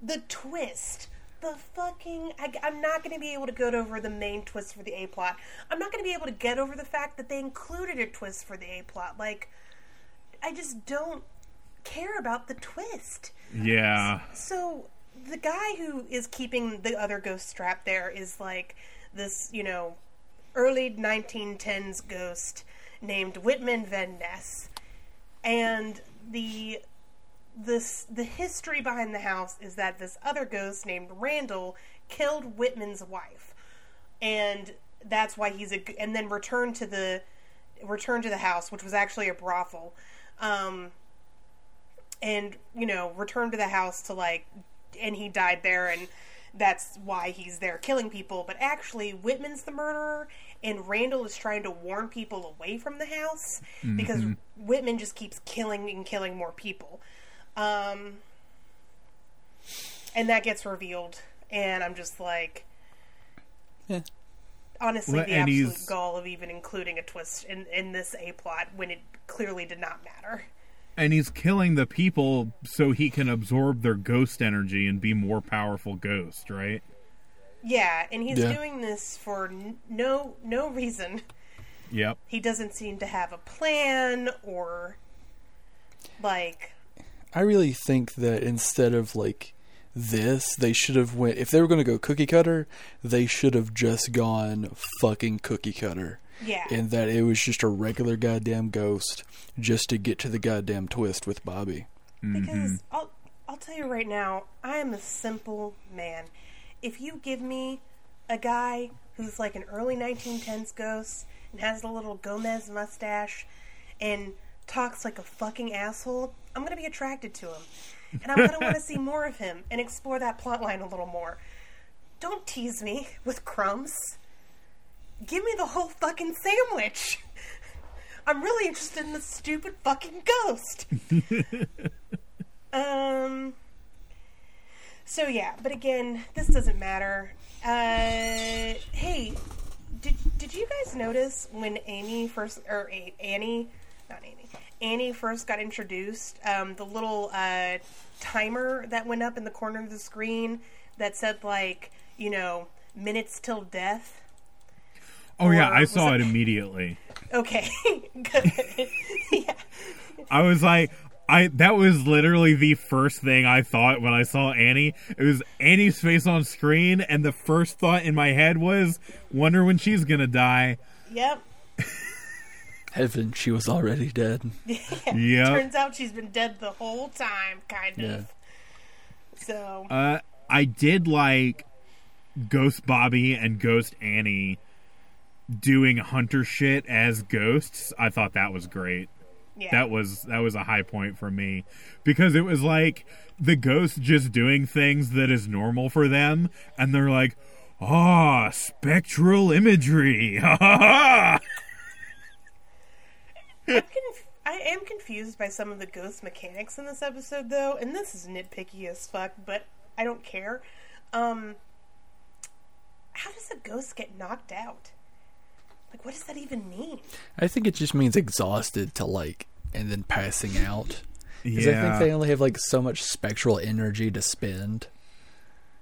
Speaker 3: the twist. The fucking. I, am not going to be able to get over the main twist for the A plot. I'm not going to be able to get over the fact that they included a twist for the A plot. Like, I just don't care about the twist.
Speaker 2: Yeah.
Speaker 3: So the guy who is keeping the other ghost trapped there is like this, you know, early 1910s ghost named Whitman Van Ness, and the this the history behind the house is that this other ghost named Randall killed Whitman's wife, and that's why he's a g- and then returned to the returned to the house, which was actually a brothel. Um, and you know returned to the house to like and he died there and that's why he's there killing people but actually whitman's the murderer and randall is trying to warn people away from the house
Speaker 2: Mm-hmm.
Speaker 3: because whitman just keeps killing and killing more people um and that gets revealed and i'm just like
Speaker 1: Yeah.
Speaker 3: honestly
Speaker 2: Well,
Speaker 3: the
Speaker 2: and
Speaker 3: absolute
Speaker 2: he's-
Speaker 3: gall of even including a twist in, in this a plot when it clearly did not matter
Speaker 2: And he's killing the people so he can absorb their ghost energy and be more powerful ghost, right?
Speaker 3: Yeah, and he's
Speaker 1: Yeah.
Speaker 3: doing this for n- no no reason.
Speaker 2: Yep.
Speaker 3: He doesn't seem to have a plan or like
Speaker 1: I really think that instead of like this, they should have went. If they were going to go cookie cutter, they should have just gone fucking cookie cutter.
Speaker 3: Yeah.
Speaker 1: And that it was just a regular goddamn ghost, just to get to the goddamn twist with Bobby.
Speaker 3: because I'll I'll tell you right now, I am a simple man. If you give me a guy who's like an early 1910s ghost and has a little Gomez mustache and talks like a fucking asshole, I'm going to be attracted to him. And I'm going to want to see more of him and explore that plot line a little more. Don't tease me with crumbs. Give me the whole fucking sandwich. [laughs] I'm really interested in the stupid fucking ghost. um. So yeah, but again, this doesn't matter. Uh, hey, did did you guys notice when Amy first or A- Annie, not Amy, Annie first got introduced? Um, the little uh, timer that went up in the corner of the screen that said like you know minutes till death.
Speaker 2: Oh yeah,
Speaker 3: Or
Speaker 2: I
Speaker 3: was
Speaker 2: saw it
Speaker 3: it-
Speaker 2: immediately.
Speaker 3: Okay, [laughs] good. yeah.
Speaker 2: I was like, I that was literally the first thing I thought when I saw Annie. It was Annie's face on screen, and the first thought in my head was, "Wonder when she's gonna die."
Speaker 3: Yep.
Speaker 1: Heaven, she was already dead.
Speaker 2: Yeah.
Speaker 3: Turns out she's been dead the whole time, kind of.
Speaker 1: Yeah.
Speaker 3: So
Speaker 2: Uh, I did like Ghost Bobby and Ghost Annie doing hunter shit as ghosts. I thought that was great.
Speaker 3: yeah,
Speaker 2: that was that was a high point for me because it was like the ghost just doing things that is normal for them and they're like ah spectral imagery [laughs] ha, ha, ha."
Speaker 3: I'm conf- I am confused by some of the ghost mechanics in this episode, though, and this is nitpicky as fuck, but I don't care. Um, how does a ghost get knocked out? Like, what does that even mean?
Speaker 1: I think it just means exhausted to like, and then passing out. Because I
Speaker 2: yeah
Speaker 1: think they only have like so much spectral energy to spend.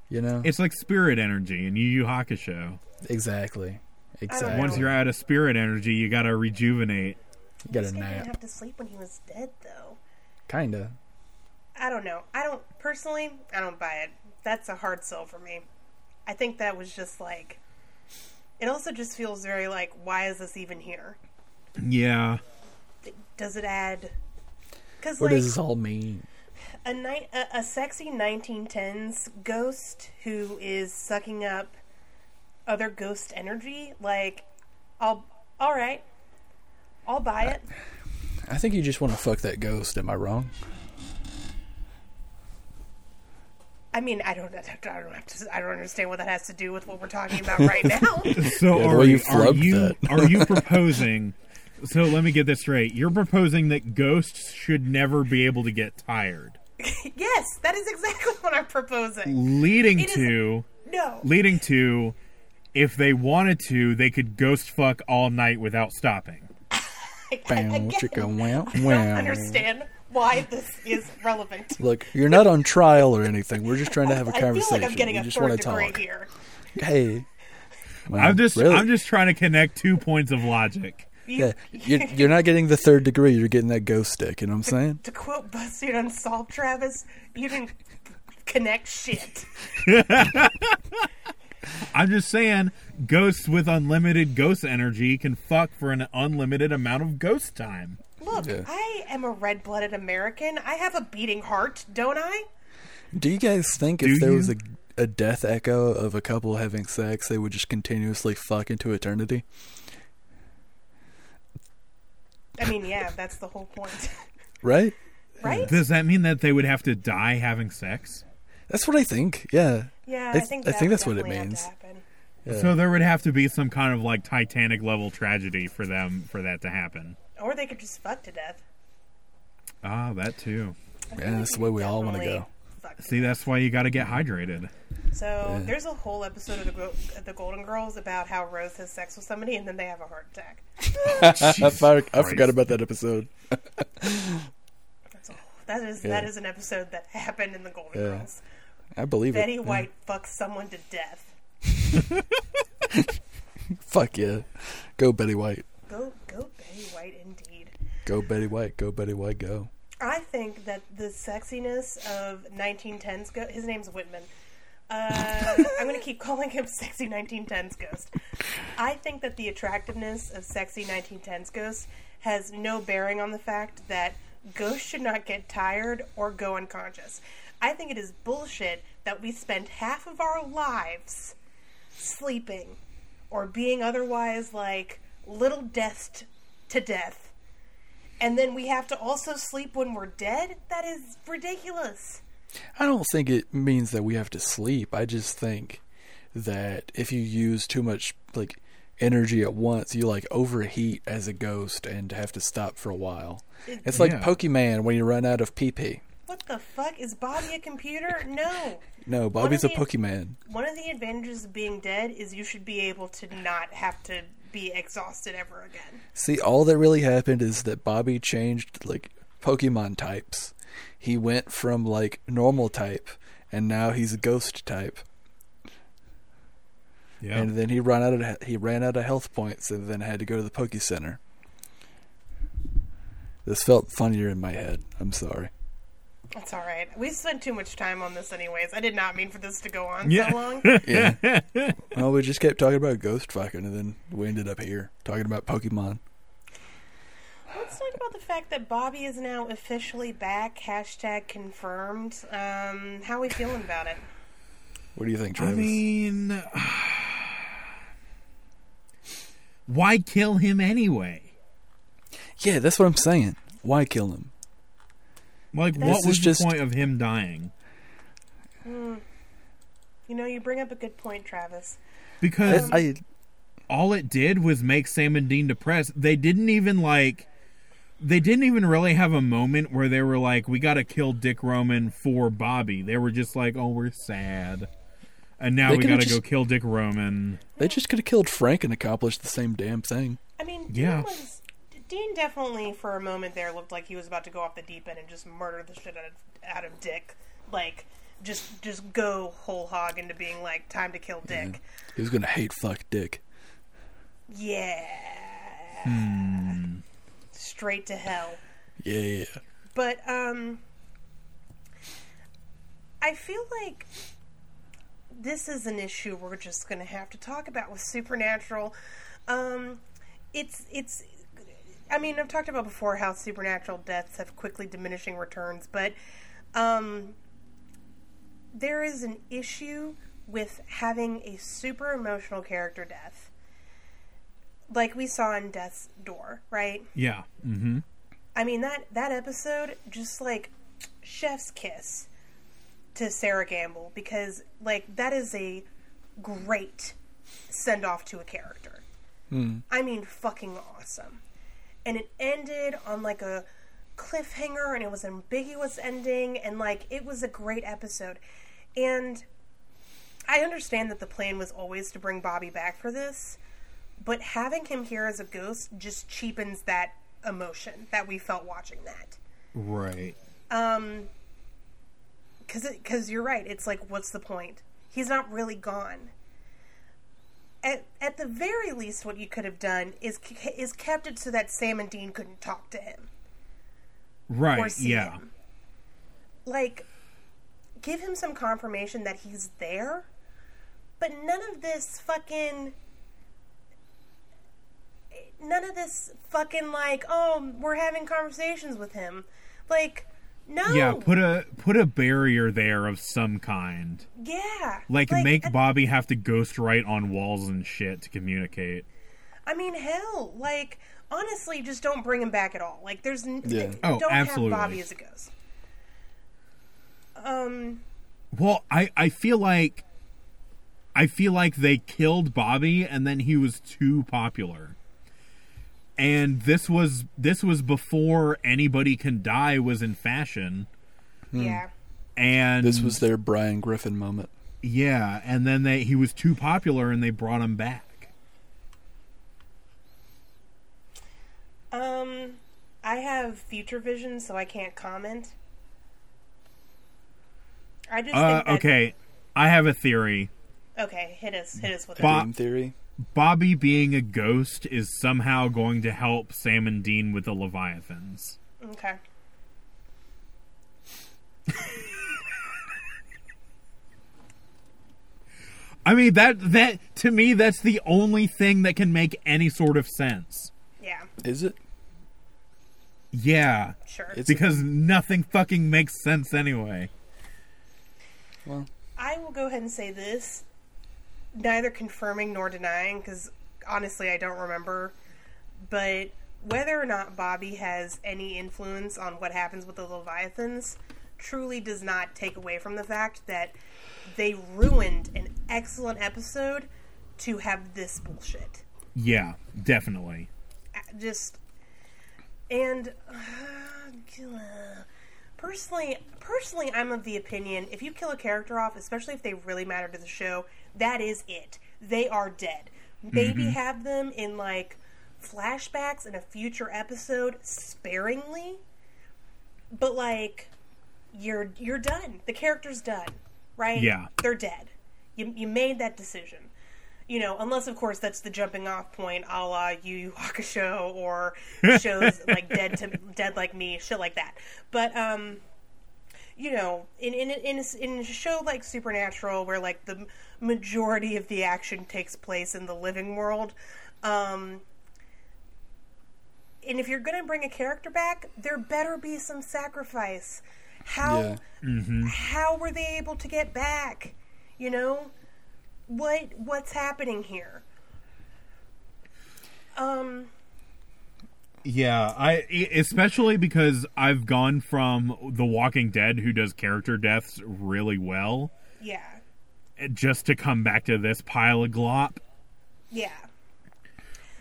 Speaker 1: You know?
Speaker 2: it's like spirit energy in Yu Yu Hakusho
Speaker 1: exactly. Exactly.
Speaker 2: once you're out of spirit energy you gotta rejuvenate
Speaker 1: you got a
Speaker 3: This guy didn't
Speaker 1: nap.
Speaker 3: have to sleep when he was dead, though.
Speaker 1: Kinda.
Speaker 3: I don't know. I don't personally. I don't buy it. That's a hard sell for me. I think that was just like. It also just feels very like, why is this even here?
Speaker 2: yeah
Speaker 3: Does it add? Because
Speaker 1: What
Speaker 3: like
Speaker 1: does this all mean?
Speaker 3: a night, a, a sexy 1910s ghost who is sucking up other ghost energy. Like, I'll all right, I'll buy it.
Speaker 1: I think you
Speaker 3: [laughs]
Speaker 1: just want to fuck that ghost. Am I wrong?
Speaker 3: I mean, I don't, [laughs] I don't have to, I don't understand what that has to do with what we're talking
Speaker 1: [laughs]
Speaker 3: about right now.
Speaker 2: So
Speaker 1: Yeah, the
Speaker 2: are,
Speaker 1: way you
Speaker 2: you are
Speaker 1: flubbed
Speaker 2: you
Speaker 1: that. [laughs]
Speaker 2: are you proposing? So let me get this straight. You're proposing that ghosts should never be able to get tired,
Speaker 3: yes, that is exactly what I'm proposing.
Speaker 2: leading
Speaker 3: It is-
Speaker 2: to
Speaker 3: No,
Speaker 2: leading to if they wanted to, they could ghost fuck all night without stopping.
Speaker 1: Bam, chicka, wow,
Speaker 3: I
Speaker 1: wow.
Speaker 3: don't understand why this is relevant.
Speaker 1: Look, you're not on trial or anything. We're just trying to have a
Speaker 3: I feel
Speaker 1: conversation.
Speaker 3: like I'm getting
Speaker 1: we
Speaker 3: a
Speaker 1: just want
Speaker 3: third
Speaker 1: to
Speaker 3: degree
Speaker 1: talk.
Speaker 3: here.
Speaker 1: Hey, Well,
Speaker 2: I'm just
Speaker 1: really,
Speaker 2: I'm just trying to connect two points of logic.
Speaker 1: yeah. You're, you're not getting the third degree. You're getting that ghost stick. You know what I'm saying?
Speaker 3: To quote Buzzfeed Unsolved, Travis, you didn't connect shit.
Speaker 2: I'm just saying ghosts with unlimited ghost energy can fuck for an unlimited amount of ghost time.
Speaker 3: Look, I am a red-blooded American. I have a beating heart, don't I?
Speaker 1: Do you guys think if
Speaker 2: Do
Speaker 1: there was a
Speaker 2: you?
Speaker 1: a death echo of a couple having sex, they would just continuously fuck into eternity?
Speaker 3: I mean, yeah, that's the whole point, [laughs]
Speaker 1: Right?
Speaker 3: right?
Speaker 2: Does that mean that they would have to die having sex?
Speaker 1: That's what I think. Yeah.
Speaker 3: Yeah,
Speaker 1: I
Speaker 3: I
Speaker 1: th-
Speaker 3: think
Speaker 1: I
Speaker 3: that
Speaker 1: think
Speaker 3: would
Speaker 1: that's what it
Speaker 3: definitely have to
Speaker 1: means.
Speaker 3: happen.
Speaker 2: So there would have to be some kind of like Titanic level tragedy for them for that to happen.
Speaker 3: Or they could just fuck to death.
Speaker 2: Ah, that too.
Speaker 1: Yeah, that's the way we all want to
Speaker 3: Definitely
Speaker 1: go.
Speaker 3: fuck.
Speaker 2: See, that's why you got to get hydrated.
Speaker 3: So there's a whole episode of the, Gro- the Golden Girls about how Rose has sex with somebody and then they have a heart attack.
Speaker 1: I, for- I
Speaker 2: Christ.
Speaker 1: forgot about that episode.
Speaker 3: That's all. That is that is an episode that happened in the Golden
Speaker 1: Yeah.
Speaker 3: Girls.
Speaker 1: I believe
Speaker 3: Betty
Speaker 1: it.
Speaker 3: White fucks someone to death.
Speaker 1: Fuck yeah. Go Betty White.
Speaker 3: Go go Betty White indeed.
Speaker 1: Go Betty White. Go Betty White. Go.
Speaker 3: I think that the sexiness of 1910s ghost. His name's Whitman. Uh, I'm going to keep calling him [laughs] sexy 1910s ghost. I think that the attractiveness of sexy 1910s ghost has no bearing on the fact that ghosts should not get tired or go unconscious. I think it is bullshit that we spend half of our lives sleeping or being otherwise like little death to death and then we have to also sleep when we're dead? That is ridiculous.
Speaker 1: I don't think it means that we have to sleep. I just think that if you use too much like energy at once, you like overheat as a ghost and have to stop for a while. It's like
Speaker 2: Yeah.
Speaker 1: Pokemon when you run out of PP.
Speaker 3: What the fuck? Is Bobby a computer? No.
Speaker 1: No, Bobby's a
Speaker 3: of the-
Speaker 1: Pokemon.
Speaker 3: One of the advantages of being dead is you should be able to not have to be exhausted ever again.
Speaker 1: See, all that really happened is that Bobby changed like Pokemon types. He went from like normal type and now he's a ghost type.
Speaker 2: Yeah.
Speaker 1: And then he ran out of he ran out of health points and then had to go to the Poke Center. This felt funnier in my head. I'm sorry.
Speaker 3: That's all right. We spent too much time on this, anyways. I did not mean for this to go on
Speaker 2: Yeah.
Speaker 3: so long.
Speaker 1: Yeah. [laughs] well, we just kept talking about ghost fucking and then we ended up here talking about Pokemon.
Speaker 3: Let's talk about the fact that Bobby is now officially back. Hashtag confirmed. Um, how are we feeling about it?
Speaker 1: What do you think,
Speaker 2: I
Speaker 1: Travis?
Speaker 2: mean, [sighs] why kill him anyway?
Speaker 1: yeah, that's what I'm saying. Why kill him?
Speaker 2: Like,
Speaker 1: This
Speaker 2: what
Speaker 1: is
Speaker 2: was the
Speaker 1: just-
Speaker 2: point of him dying?
Speaker 3: You know, you bring up a good point, Travis.
Speaker 2: Because
Speaker 1: I,
Speaker 2: all it did was make Sam and Dean depressed. They didn't even like they didn't even really have a moment where they were like, We gotta kill Dick Roman for Bobby. They were just like, Oh, we're sad. And now
Speaker 1: They
Speaker 2: we
Speaker 1: could've
Speaker 2: gotta go
Speaker 1: just-
Speaker 2: kill Dick Roman.
Speaker 1: they just could have killed Frank and accomplished the same damn thing.
Speaker 3: I mean,
Speaker 2: Yeah.
Speaker 3: Dean was Dean definitely for a moment there looked like he was about to go off the deep end and just murder the shit out of out of Dick, like just just go whole hog into being like time to kill Dick.
Speaker 1: He was gonna hate fuck Dick.
Speaker 3: Yeah, straight to hell.
Speaker 1: Yeah.
Speaker 3: But um, I feel like this is an issue we're just going to have to talk about with Supernatural. Um, it's it's. I mean, I've talked about before how supernatural deaths have quickly diminishing returns, but um, there is an issue with having a super emotional character death, like we saw in Death's Door, right?
Speaker 2: Yeah. Mm.
Speaker 3: I mean that that episode just like chef's kiss. to Sarah Gamble because like that is a great send off to a character. I mean, fucking awesome. And it ended on like a cliffhanger, and it was an ambiguous ending, and like it was a great episode. And I understand that the plan was always to bring Bobby back for this, but having him here as a ghost just cheapens that emotion that we felt watching that.
Speaker 2: Right.
Speaker 3: Because because you're right, it's like what's the point? He's not really gone. At, at the very least, what you could have done is ke- is kept it so that Sam and Dean couldn't talk to him.
Speaker 2: Right.
Speaker 3: see
Speaker 2: Yeah.
Speaker 3: him. like give him some confirmation that he's there but none of this fucking none of this fucking like oh we're having conversations with him like no
Speaker 2: Yeah. Put a put a barrier there of some kind.
Speaker 3: yeah
Speaker 2: Like, make
Speaker 3: at-
Speaker 2: Bobby have to ghostwrite on walls and shit to communicate.
Speaker 3: i mean hell like honestly just don't bring him back at all like there's n-
Speaker 1: Yeah.
Speaker 2: Oh,
Speaker 3: don't
Speaker 2: absolutely.
Speaker 3: have bobby as a ghost um
Speaker 2: Well, I I feel like I feel like they killed Bobby and then he was too popular. And this was this was before anybody can die was in fashion
Speaker 3: yeah
Speaker 2: and
Speaker 1: This was their Brian Griffin moment.
Speaker 2: yeah, and then they he was too popular and they brought him back.
Speaker 3: Um, I have future vision, so I can't comment. I just
Speaker 2: Uh,
Speaker 3: think that,
Speaker 2: okay, I have a theory.
Speaker 3: okay, hit us, hit us with
Speaker 2: Bo-
Speaker 3: it.
Speaker 1: Game theory.
Speaker 2: Bobby being a ghost is somehow going to help Sam and Dean with the Leviathans.
Speaker 3: Okay,
Speaker 2: I mean that that to me that's the only thing that can make any sort of sense.
Speaker 3: yeah,
Speaker 1: Is it?
Speaker 2: Yeah,
Speaker 3: sure.
Speaker 1: It's-
Speaker 2: because nothing fucking makes sense anyway.
Speaker 1: Well,
Speaker 3: I will go ahead and say this, neither confirming nor denying, because honestly, I don't remember. But whether or not Bobby has any influence on what happens with the Leviathans truly does not take away from the fact that they ruined an excellent episode to have this bullshit.
Speaker 2: Yeah, definitely.
Speaker 3: just and [sighs] uh, personally personally i'm of the opinion if you kill a character off especially if they really matter to the show that is it they are dead maybe have them in like flashbacks in a future episode sparingly but like you're you're done the character's done right
Speaker 2: Yeah.
Speaker 3: they're dead you, you made that decision you know, unless of course that's the jumping off point, a la Yu Yu Hakusho or shows like Dead to Dead Like Me, shit like that. But um, you know, in in in a, in a show like Supernatural, where like the majority of the action takes place in the living world, um, and if you're gonna bring a character back, there better be some sacrifice. How
Speaker 1: Yeah.
Speaker 3: how were they able to get back? You know, what what's happening here? Um,
Speaker 2: Yeah, I e- especially because I've gone from The Walking Dead who does character deaths really well
Speaker 3: yeah,
Speaker 2: eh, just to come back to this pile of glop
Speaker 3: yeah,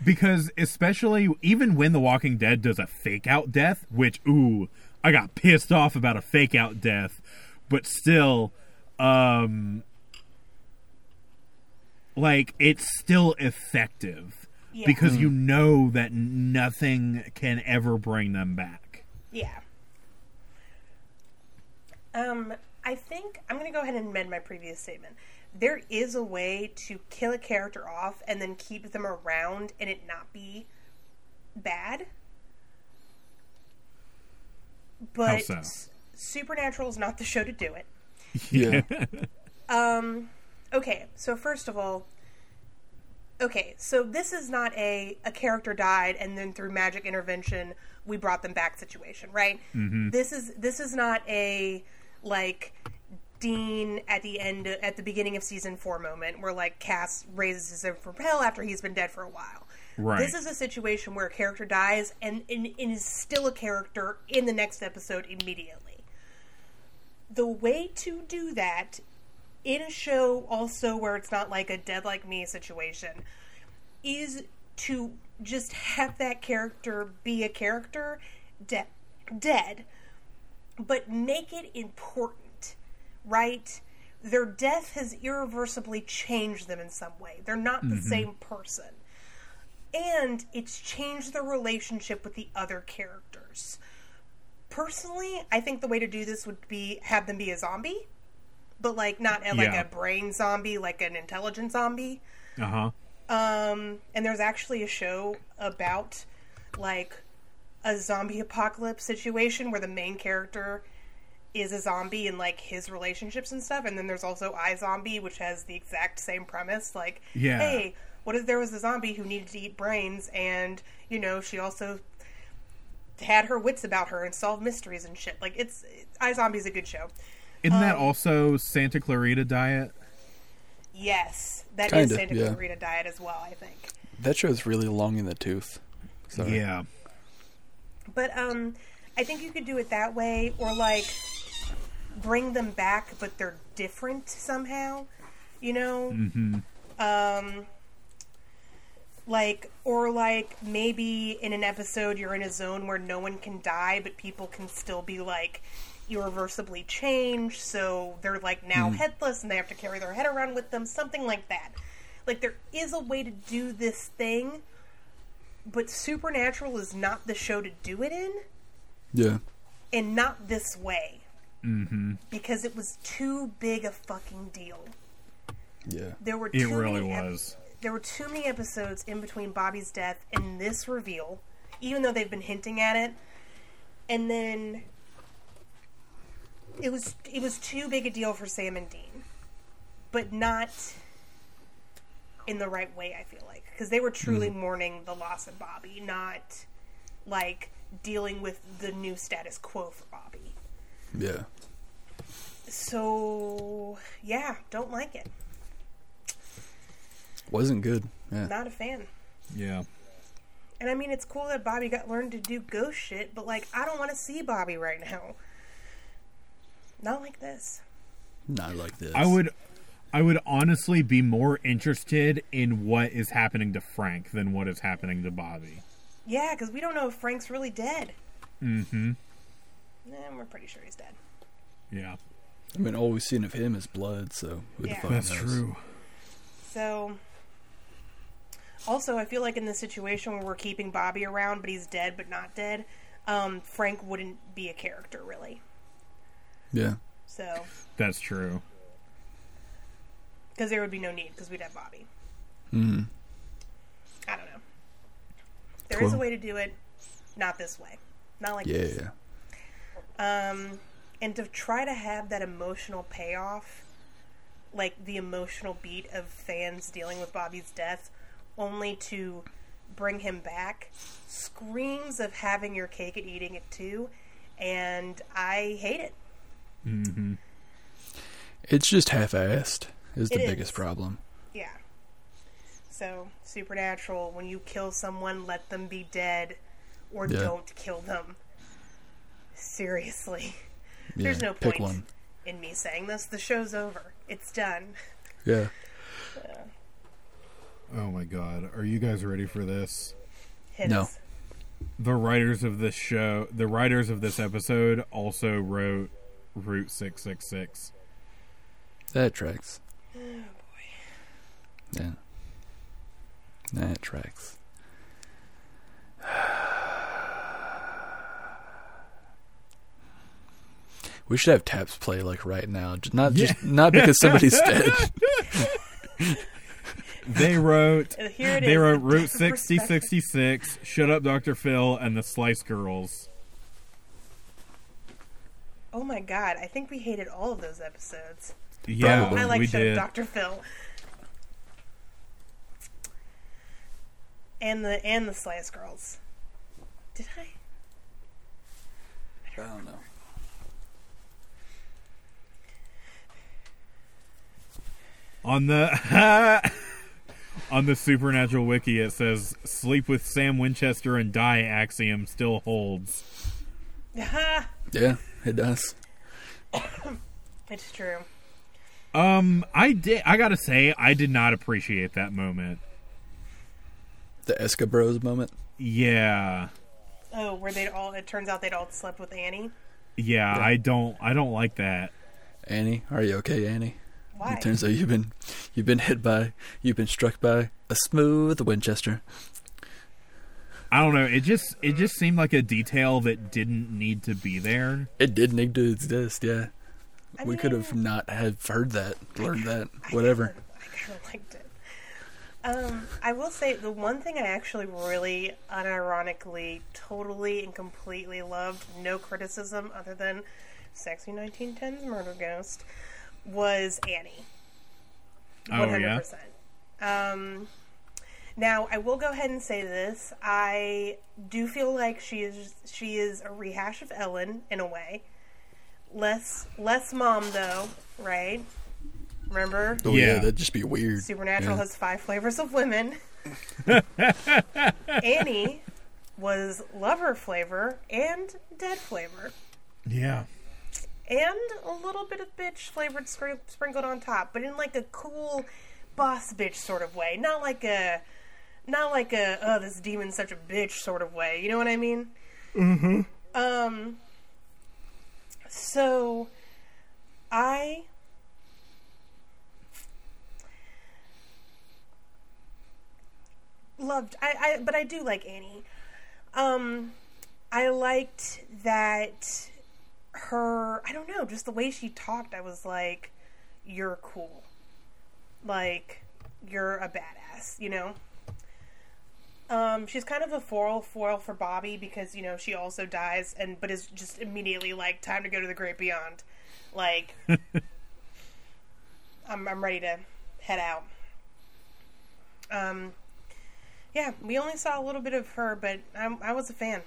Speaker 2: because especially even when The Walking Dead does a fake out death, which ooh, I got pissed off about a fake out death, but still, um, like it's still effective
Speaker 3: Yeah.
Speaker 2: because you know that nothing can ever bring them back.
Speaker 3: yeah. Um, I think I'm gonna go ahead and amend my previous statement. There is a way to kill a character off and then keep them around and it not be bad. But
Speaker 2: so?
Speaker 3: S- Supernatural is not the show to do it.
Speaker 1: [laughs] yeah.
Speaker 3: Um, okay, so first of all, okay, so this is not a a character died and then through magic intervention we brought them back situation, right? This is this is not a like Dean at the end at the beginning of season four moment where like Cass raises him from hell after he's been dead for a while.
Speaker 2: Right.
Speaker 3: This is a situation where a character dies and, and, and is still a character in the next episode immediately the way to do that in a show also where it's not like a dead like me situation is to just have that character be a character de- dead but make it important right their death has irreversibly changed them in some way they're not the same person and it's changed their relationship with the other characters personally i think the way to do this would be have them be a zombie but like not a, like
Speaker 2: Yeah.
Speaker 3: a brain zombie like an intelligent zombie
Speaker 2: Uh huh.
Speaker 3: um, and there's actually a show about like a zombie apocalypse situation where the main character is a zombie and like his relationships and stuff. And then there's also I Zombie, which has the exact same premise. Like,
Speaker 2: Yeah.
Speaker 3: hey, what if there was a zombie who needed to eat brains, and you know she also had her wits about her and solved mysteries and shit. Like, it's I Zombie's a good show.
Speaker 2: Isn't that also Santa Clarita Diet?
Speaker 3: Yes, that is
Speaker 1: Kinda,
Speaker 3: Santa
Speaker 1: yeah.
Speaker 3: Clarita Diet as well. I think.
Speaker 1: That show's really long in the tooth. Sorry.
Speaker 2: Yeah.
Speaker 3: But um, I think you could do it that way, or like bring them back, but they're different somehow. You know, mm-hmm. um, like or like maybe in an episode you're in a zone where no one can die, but people can still be like irreversibly changed, so they're like now headless and they have to carry their head around with them, something like that. Like there is a way to do this thing but Supernatural is not the show to do it in,
Speaker 1: Yeah.
Speaker 3: and not this way. Mm-hmm. Because it was too big a fucking deal.
Speaker 1: Yeah.
Speaker 3: There were
Speaker 2: It
Speaker 3: too
Speaker 2: really
Speaker 3: many ep-
Speaker 2: was.
Speaker 3: there were too many episodes in between Bobby's death and this reveal, even though they've been hinting at it. And then it was it was too big a deal for Sam and Dean, but not in the right way. I feel like because they were truly
Speaker 2: Mm.
Speaker 3: mourning the loss of Bobby, not like dealing with the new status quo for Bobby.
Speaker 1: Yeah.
Speaker 3: So yeah, don't like it.
Speaker 1: Wasn't good. Yeah.
Speaker 3: Not a fan.
Speaker 2: Yeah.
Speaker 3: And I mean, it's cool that Bobby got learned to do ghost shit, but like, I don't want to see Bobby right now. Not like this.
Speaker 1: Not like this.
Speaker 2: I would I would honestly be more interested in what is happening to Frank than what is happening to Bobby.
Speaker 3: Yeah, because we don't know if Frank's really dead. Mm hmm. And we're pretty sure he's dead.
Speaker 2: Yeah.
Speaker 1: I mean, all we've seen of him is blood, so who the
Speaker 3: Yeah.
Speaker 1: fuck knows?
Speaker 3: So. Also, I feel like in this situation where we're keeping Bobby around, but he's dead but not dead, um, Frank wouldn't be a character, really.
Speaker 1: Yeah.
Speaker 3: So.
Speaker 2: That's true.
Speaker 3: Because there would be no need, because we'd have Bobby.
Speaker 1: Mm-hmm.
Speaker 3: Mm. I don't know. There is a
Speaker 1: Cool.
Speaker 3: way to do it, not this way, not like this.
Speaker 1: Yeah.
Speaker 3: Um, and to try to have that emotional payoff, like the emotional beat of fans dealing with Bobby's death, only to bring him back, screams of having your cake and eating it too, and I hate it.
Speaker 1: It's just half-assed is the
Speaker 3: It
Speaker 1: biggest
Speaker 3: is.
Speaker 1: problem.
Speaker 3: Yeah. So, supernatural, when you kill someone, let them be dead or
Speaker 1: Yeah.
Speaker 3: don't kill them. Seriously. [laughs]
Speaker 1: Yeah.
Speaker 3: There's no
Speaker 1: Pick
Speaker 3: point
Speaker 1: one.
Speaker 3: in me saying this. The show's over. It's done.
Speaker 1: Yeah.
Speaker 2: Oh my god. Are you guys ready for this?
Speaker 3: Hit
Speaker 1: No.
Speaker 3: us.
Speaker 2: The writers of this show, the writers of this episode also wrote Route 666.
Speaker 1: That tracks. Yeah. That tracks. [sighs] We should have taps play like right now. J- Not just not because [laughs] somebody's dead.
Speaker 3: [laughs]
Speaker 2: They wrote
Speaker 3: Uh, Here it is.
Speaker 2: they wrote
Speaker 3: [laughs] the
Speaker 2: Route
Speaker 3: death of perspective.
Speaker 2: 6066, Shut Up Dr. Phil and the Slice Girls.
Speaker 3: Oh my god, I think we hated all of those episodes.
Speaker 2: Yeah,
Speaker 1: Probably.
Speaker 3: I like
Speaker 2: Oh, we
Speaker 3: Shut Up,
Speaker 2: did.
Speaker 3: Dr. Phil. And the and the Slice Girls. Did I?
Speaker 1: I don't know.
Speaker 2: On the [laughs] on the supernatural wiki, it says "Sleep with Sam Winchester and die" axiom still holds.
Speaker 3: Ha!
Speaker 1: Yeah, it does.
Speaker 3: It's true.
Speaker 2: Um, I did. I gotta say, I did not appreciate that moment.
Speaker 1: The Escabros moment.
Speaker 2: Yeah,
Speaker 3: Oh, where they'd all, it turns out they'd all slept with Annie.
Speaker 2: yeah. I don't. I don't like that.
Speaker 1: Annie, are you okay, Annie?
Speaker 3: Why?
Speaker 1: It turns out you've been you've been hit by you've been struck by a smooth Winchester.
Speaker 2: I don't know. It just. It just seemed like a detail that didn't need to be there.
Speaker 1: It did need to exist, yeah.
Speaker 3: I
Speaker 1: we
Speaker 3: mean,
Speaker 1: could have not have heard that, learned that,
Speaker 3: I
Speaker 1: whatever.
Speaker 3: kinda- [laughs] I kind of liked it. Um, I will say the one thing I actually really unironically, totally and completely loved, no criticism other than sexy 1910s murder ghost, was Annie.
Speaker 2: Oh yeah.
Speaker 3: 100%. Um, now I will go ahead and say this: I do feel like she is she is a rehash of Ellen in a way. Less less mom though, right? Remember,
Speaker 1: Oh yeah.
Speaker 2: Yeah.
Speaker 1: that'd just be weird.
Speaker 3: Supernatural
Speaker 1: Yeah.
Speaker 3: has five flavors of women. Annie was lover flavor and dead flavor
Speaker 2: Yeah.
Speaker 3: and a little bit of bitch flavored scr- sprinkled on top, but in like a cool boss bitch sort of way, not like a not like a oh this demon's such a bitch sort of way. You know what I mean? Mm-hmm. Um. So, I. Loved I, I but I do like Annie. Um I liked that her I don't know, just the way she talked, I was like, You're cool. Like, you're a badass, you know? Um, she's kind of a foil foil for Bobby because, you know, she also dies and but is just immediately like, time to go to the great beyond. Like I'm I'm ready to head out. Um yeah, we only saw a little bit of her, but I, I was a fan.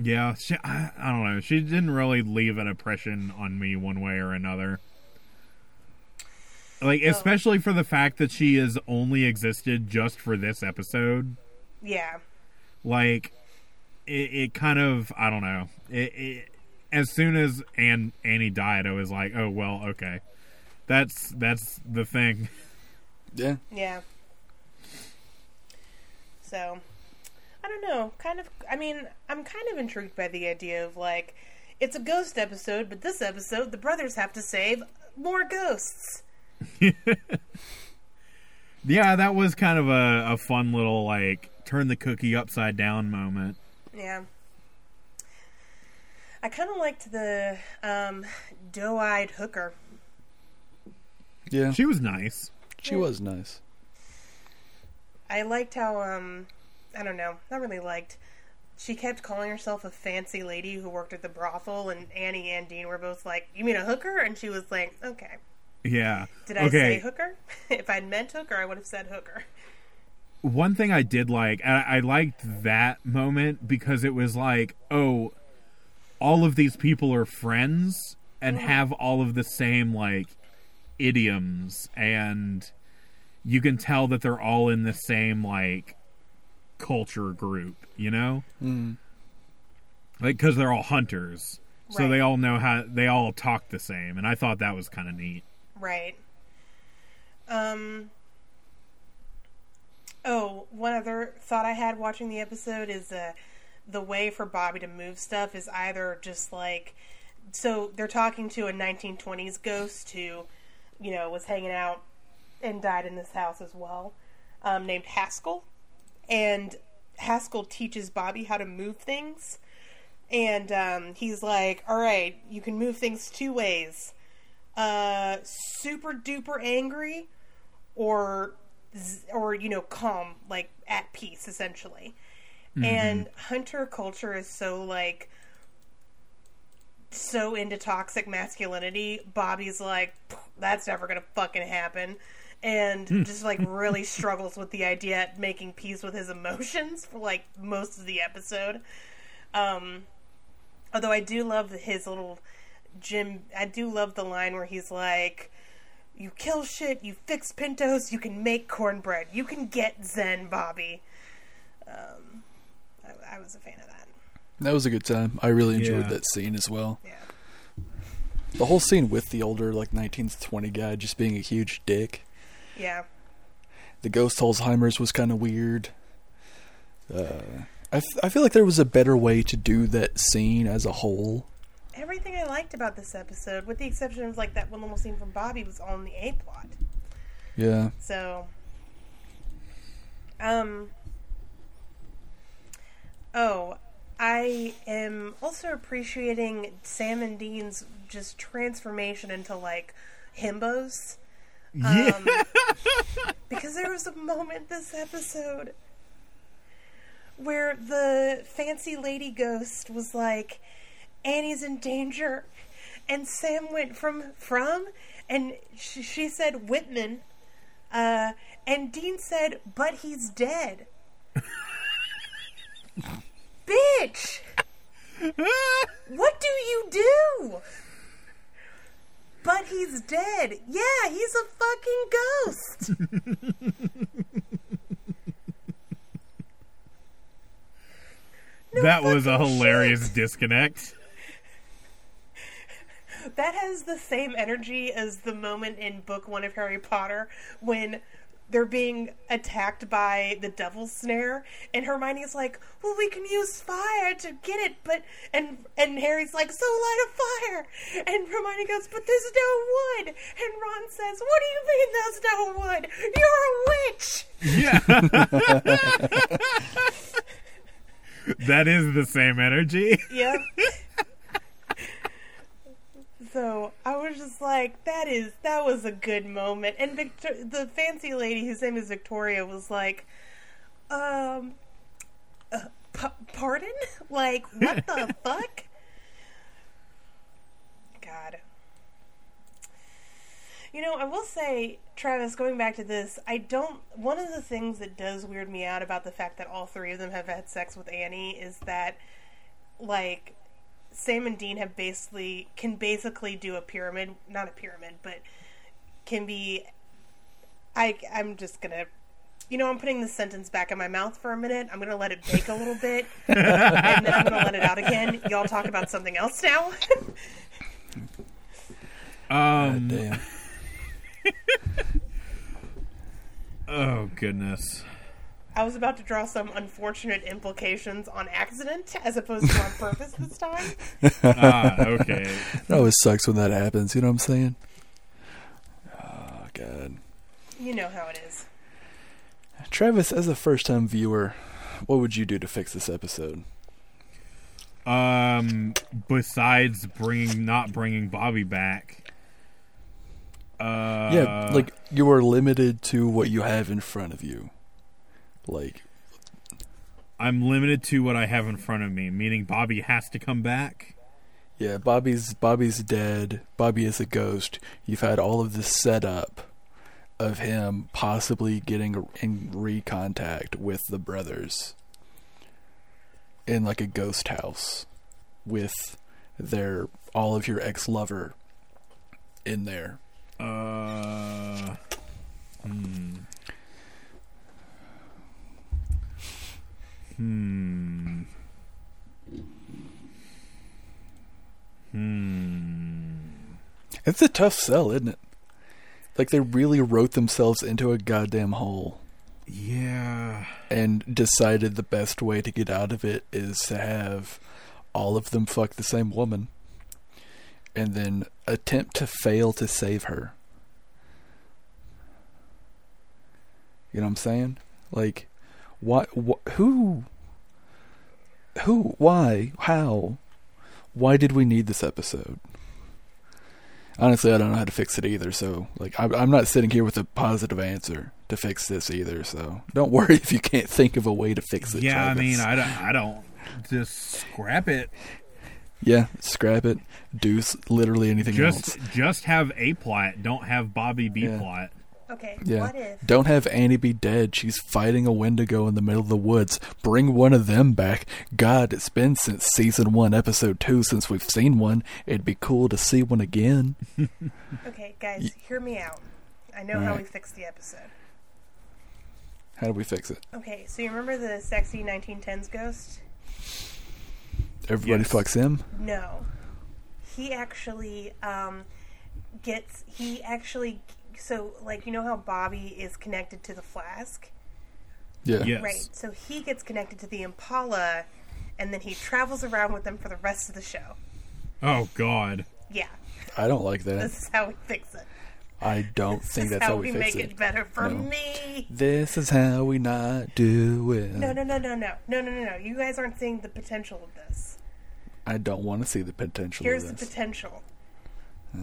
Speaker 2: Yeah. She, I, I don't know. She didn't really leave an impression on me one way or another. Like, especially for the fact that she has only existed just for this episode.
Speaker 3: Yeah.
Speaker 2: like it, it kind of i don't know it, it as soon as Ann, annie died i was like oh well okay that's that's the thing [laughs]
Speaker 1: Yeah.
Speaker 3: Yeah. So, I don't know. Kind of. I mean, I'm kind of intrigued by the idea of like, it's a ghost episode, but this episode the brothers have to save more ghosts.
Speaker 2: yeah that was kind of a, a fun little like turn the cookie upside down moment
Speaker 3: Yeah. I kind of liked the um, doe-eyed hooker.
Speaker 1: Yeah. She,
Speaker 2: she was nice
Speaker 1: was nice.
Speaker 3: I liked how um, I don't know, not really liked. She kept calling herself a fancy lady who worked at the brothel, and Annie and Dean were both like, "You mean a hooker?" And she was like, "Okay."
Speaker 2: yeah
Speaker 3: Did I
Speaker 2: okay
Speaker 3: say hooker? [laughs] if I'd meant hooker, I would have said hooker.
Speaker 2: one thing i did like I, I liked that moment because it was like oh all of these people are friends and have all of the same like idioms and you can tell that they're all in the same like culture group you know like because they're all hunters so
Speaker 3: Right.
Speaker 2: they all know how they all talk the same and i thought that was kind of neat
Speaker 3: Right. Um. Oh, one other thought I had watching the episode is uh, the way for Bobby to move stuff is either just like. So they're talking to a 1920s ghost who, you know, was hanging out and died in this house as well, um, named Haskell. And Haskell teaches Bobby how to move things. And um, he's like, all right, you can move things two ways uh, super duper angry or z- or you know calm like at peace essentially and hunter culture is so like so into toxic masculinity bobby's like "Pff, that's never gonna fucking happen and just like really struggles with the idea at making peace with his emotions for like most of the episode um although i do love his little jim i do love the line where he's like you kill shit you fix pintos you can make cornbread you can get zen bobby um i, I was a fan of that
Speaker 1: That was a good time. I really enjoyed
Speaker 2: Yeah.
Speaker 1: that scene as well.
Speaker 3: yeah
Speaker 1: The whole scene with the older like 1920 guy just being a huge dick.
Speaker 3: Yeah.
Speaker 1: The ghost Alzheimer's was kind of weird. Uh, I, f- I feel like there was a better way to do that scene as a whole.
Speaker 3: Everything I liked about this episode, with the exception of like that one little scene from Bobby, was on the A plot.
Speaker 1: Yeah.
Speaker 3: So, um, oh, I am also appreciating Sam and Dean's just transformation into like himbos.
Speaker 2: [laughs] Yeah.
Speaker 3: because there was a moment this episode where the fancy lady ghost was like, Annie's in danger. And Sam went from, from, and sh- she said Whitman. Uh, and Dean said, but he's dead. Bitch! What do you do? But he's dead. Yeah, he's a fucking ghost.
Speaker 2: that was a
Speaker 3: fucking
Speaker 2: hilarious disconnect.
Speaker 3: That has the same energy as the moment in book one of Harry Potter when they're being attacked by the devil's snare and Hermione's like, Well we can use fire to get it but and and Harry's like, So light a fire and Hermione goes, But there's no wood and Ron says, What do you mean there's no wood? You're a witch
Speaker 2: Yeah. [laughs] that is the same energy.
Speaker 3: Yep. [laughs] so I was just like, that is that was a good moment. And Victor- the fancy lady whose name is Victoria was like, um, uh, p- pardon? [laughs] Like what the fuck? God. You know, I will say, Travis, going back to this, I don't. One of the things that does weird me out about the fact that all three of them have had sex with Annie is that like Sam and Dean have basically can basically do a pyramid, not a pyramid, but can be. I I'm just gonna, you know, I'm putting this sentence back in my mouth for a minute. I'm gonna let it bake a little bit, and then I'm gonna let it out again. Y'all talk about something else now. [laughs]
Speaker 2: Um,
Speaker 1: Damn.
Speaker 2: oh goodness.
Speaker 3: I was about to draw some unfortunate implications on accident as opposed to on purpose this time.
Speaker 2: Ah, okay.
Speaker 1: it always sucks when that happens. You know what I'm saying? Oh god.
Speaker 3: You know how it is.
Speaker 1: Travis, as a first-time viewer, what would you do to fix this episode?
Speaker 2: Um, besides bringing not bringing Bobby back. Uh,
Speaker 1: yeah, like you are limited to what you have in front of you. Like,
Speaker 2: I'm limited to what I have in front of me, meaning Bobby has to come back.
Speaker 1: yeah, Bobby's Bobby's dead. Bobby is a ghost. You've had all of this setup of him possibly getting in recontact with the brothers in like a ghost house with their all of your ex lover in there.
Speaker 2: Uh, hmm. Hmm. Hmm.
Speaker 1: It's a tough sell, isn't it? Like they really wrote themselves into a goddamn hole.
Speaker 2: Yeah.
Speaker 1: and decided the best way to get out of it is to have all of them fuck the same woman and then attempt to fail to save her. You know what I'm saying? Like why wh- who who why how why did we need this episode? Honestly, I don't know how to fix it either. So, like, I'm, I'm not sitting here with a positive answer to fix this either. So, don't worry [laughs] if you can't think of a way to fix it.
Speaker 2: Yeah, I
Speaker 1: Travis.
Speaker 2: mean, I don't, I don't just scrap it.
Speaker 1: yeah, scrap it, do s- literally anything
Speaker 2: Just
Speaker 1: else.
Speaker 2: just have a plot, don't have Bobby B
Speaker 1: Yeah.
Speaker 2: plot.
Speaker 3: Okay,
Speaker 1: Yeah,
Speaker 3: what if?
Speaker 1: don't have Annie be dead. She's fighting a Wendigo in the middle of the woods. Bring one of them back. God, it's been since season one, episode two, since we've seen one. It'd be cool to see one again.
Speaker 3: Okay, guys, hear me out. I know how we fixed the episode.
Speaker 1: How do we fix it?
Speaker 3: Okay, so you remember the sexy 1910s ghost?
Speaker 1: Everybody
Speaker 2: Yes.
Speaker 1: fucks him.
Speaker 3: No. he actually um, gets he actually so like you know how Bobby is connected to the flask,
Speaker 1: Yeah.
Speaker 2: Yes.
Speaker 3: right? So he gets connected to the Impala, and then he travels around with them for the rest of the show.
Speaker 2: Oh God.
Speaker 3: Yeah,
Speaker 1: I don't like that.
Speaker 3: this is how we fix it.
Speaker 1: I don't
Speaker 3: This
Speaker 1: think
Speaker 3: is
Speaker 1: that's
Speaker 3: how,
Speaker 1: how
Speaker 3: we
Speaker 1: we
Speaker 3: make
Speaker 1: fix
Speaker 3: it.
Speaker 1: it.
Speaker 3: better for
Speaker 1: No. Mm.
Speaker 3: me.
Speaker 1: This is how we not do it.
Speaker 3: No, no, no, no, no, no, no, no, no. You guys aren't seeing the potential of this.
Speaker 1: I don't want to see the potential
Speaker 3: Here's the
Speaker 1: of this.
Speaker 3: potential.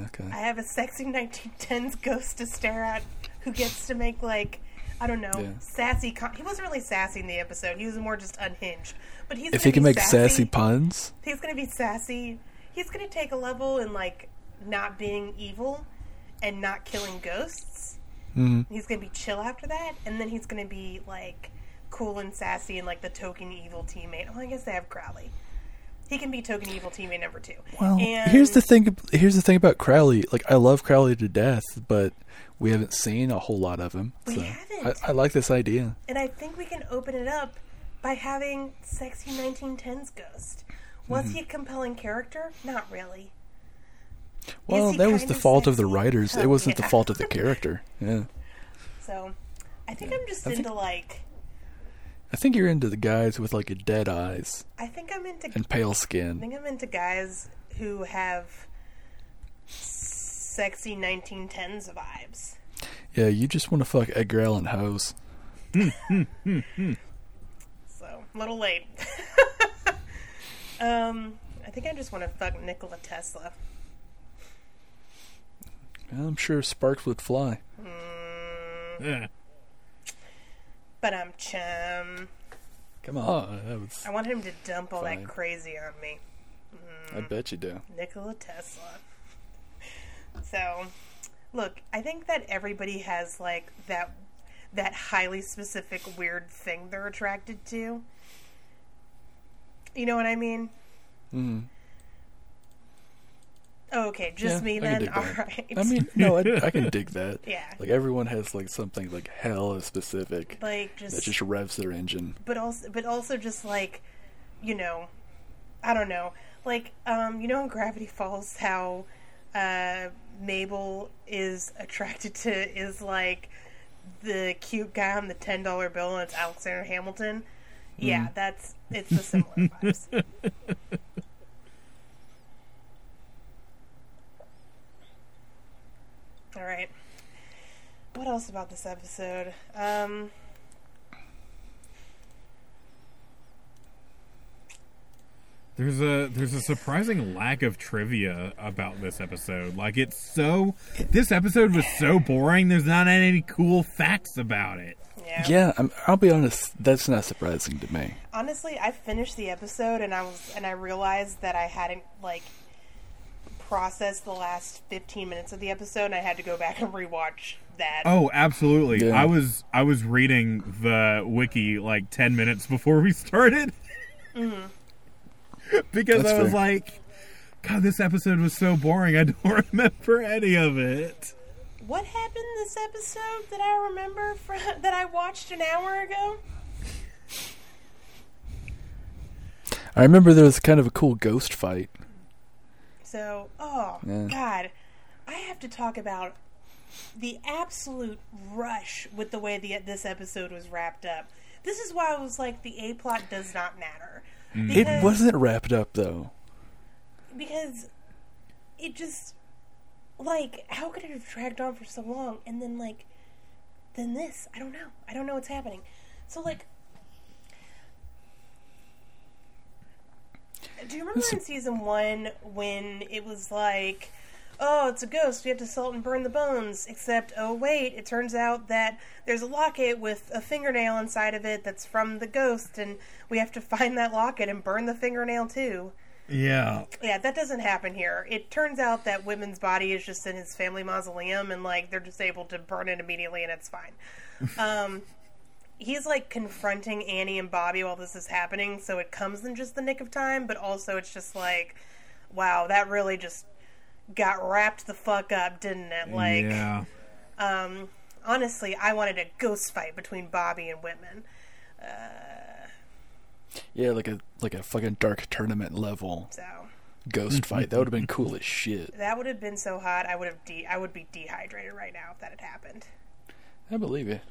Speaker 1: okay.
Speaker 3: I have a sexy 1910s ghost to stare at who gets to make like I don't know
Speaker 1: Yeah.
Speaker 3: sassy. Com- he wasn't really sassy in the episode. He was more just unhinged. But he's
Speaker 1: if
Speaker 3: gonna
Speaker 1: he can
Speaker 3: be
Speaker 1: make sassy puns,
Speaker 3: he's gonna be sassy. He's gonna take a level in like not being evil and not killing ghosts.
Speaker 1: Mm-hmm.
Speaker 3: He's gonna be chill after that, and then he's gonna be like cool and sassy and like the token evil teammate. Oh, I guess they have Crowley. He can be token evil teammate number two.
Speaker 1: Well,
Speaker 3: and
Speaker 1: here's the thing. Here's the thing about Crowley. Like, I love Crowley to death, but we haven't seen a whole lot of him.
Speaker 3: We
Speaker 1: so I,
Speaker 3: haven't.
Speaker 1: I like this idea.
Speaker 3: And I think we can open it up by having sexy 1910s ghost. Was he a
Speaker 1: Mm-hmm.
Speaker 3: compelling character? Not really.
Speaker 1: Well,
Speaker 3: he
Speaker 1: that was
Speaker 3: kind
Speaker 1: the
Speaker 3: of
Speaker 1: fault of the
Speaker 3: sexy?
Speaker 1: writers.
Speaker 3: Oh,
Speaker 1: It wasn't
Speaker 3: yeah.
Speaker 1: the fault of
Speaker 3: [laughs]
Speaker 1: the character. Yeah,
Speaker 3: So I think I'm just
Speaker 1: I think-
Speaker 3: into like
Speaker 1: I think you're into the guys with like dead eyes
Speaker 3: I think I'm into
Speaker 1: and pale
Speaker 3: I
Speaker 1: skin.
Speaker 3: think I'm into guys who have sexy 1910s vibes.
Speaker 1: Yeah, you just want to fuck Edgar Allan Hoes.
Speaker 3: So a little late. [laughs] um, I think I just want to fuck Nikola Tesla.
Speaker 1: I'm sure sparks would fly.
Speaker 2: Eh.
Speaker 3: But I'm chum.
Speaker 1: Come on, that was,
Speaker 3: I want him to dump all
Speaker 1: Fine.
Speaker 3: that crazy on me.
Speaker 1: I bet you do.
Speaker 3: Nikola Tesla. So, look, I think that everybody has like that that highly specific weird thing they're attracted to. You know what I mean?
Speaker 1: Mm.
Speaker 3: Oh, okay, just
Speaker 1: Yeah,
Speaker 3: me
Speaker 1: I can
Speaker 3: then.
Speaker 1: dig
Speaker 3: All
Speaker 1: that.
Speaker 3: right.
Speaker 1: I mean, no, I, I
Speaker 3: [laughs]
Speaker 1: can dig that.
Speaker 3: Yeah.
Speaker 1: like everyone has like something like hella specific
Speaker 3: like
Speaker 1: that
Speaker 3: just,
Speaker 1: just revs their engine.
Speaker 3: but also but also just like, you know, I don't know. Like um you know in Gravity Falls how uh Mabel is attracted to is like the cute guy on the ten dollar bill and it's Alexander Hamilton. Yeah, that's it's the similar vibes. [laughs] All right. What else about this episode? Um,
Speaker 2: There's a there's a surprising lack of trivia about this episode. Like it's so this episode was so boring. There's not any cool facts about it.
Speaker 3: yeah.
Speaker 1: Yeah, I'm, I'll be honest. That's not surprising to me.
Speaker 3: Honestly, I finished the episode and I was and I realized that I hadn't like processed the last 15 minutes of the episode and I had to go back [laughs] and rewatch that.
Speaker 2: Oh, absolutely.
Speaker 1: Yeah.
Speaker 2: I was I was reading the wiki like 10 minutes before we started. [laughs]
Speaker 1: Mm-hmm.
Speaker 2: because
Speaker 1: That's
Speaker 2: I was
Speaker 1: fair.
Speaker 2: like god, this episode was so boring. I don't [laughs] remember any of it.
Speaker 3: What happened this episode that I remember from [laughs] that I watched an hour ago?
Speaker 1: I remember there was kind of a cool ghost fight.
Speaker 3: So, oh
Speaker 1: Yeah.
Speaker 3: god, I have to talk about the absolute rush with the way the this episode was wrapped up. This is why I was like the A plot does not matter.
Speaker 1: Mm.
Speaker 3: Mm.
Speaker 1: It wasn't wrapped up though.
Speaker 3: because it just like how could it have dragged on for so long and then like then this i don't know i don't know what's happening so like do you remember in season one when it was like oh it's a ghost we have to salt and burn the bones except oh wait it turns out that there's a locket with a fingernail inside of it that's from the ghost and we have to [laughs] find that locket and burn the fingernail too
Speaker 2: Yeah.
Speaker 3: yeah, that doesn't happen here. It turns out that women's body is just in his family mausoleum, and like they're just able to burn it immediately, and it's fine. Um, he's like confronting Annie and Bobby while this is happening, so it comes in just the nick of time. But also, it's just like, wow, that really just got wrapped the fuck up, didn't it? Like,
Speaker 2: yeah.
Speaker 3: um, honestly, I wanted a ghost fight between Bobby and Whitman.
Speaker 1: Yeah, like a like a fucking dark tournament level
Speaker 3: So
Speaker 1: ghost fight. That would have been cool as shit.
Speaker 3: That would have been so hot. I would have de- I would be dehydrated right now if that had happened.
Speaker 1: I believe it.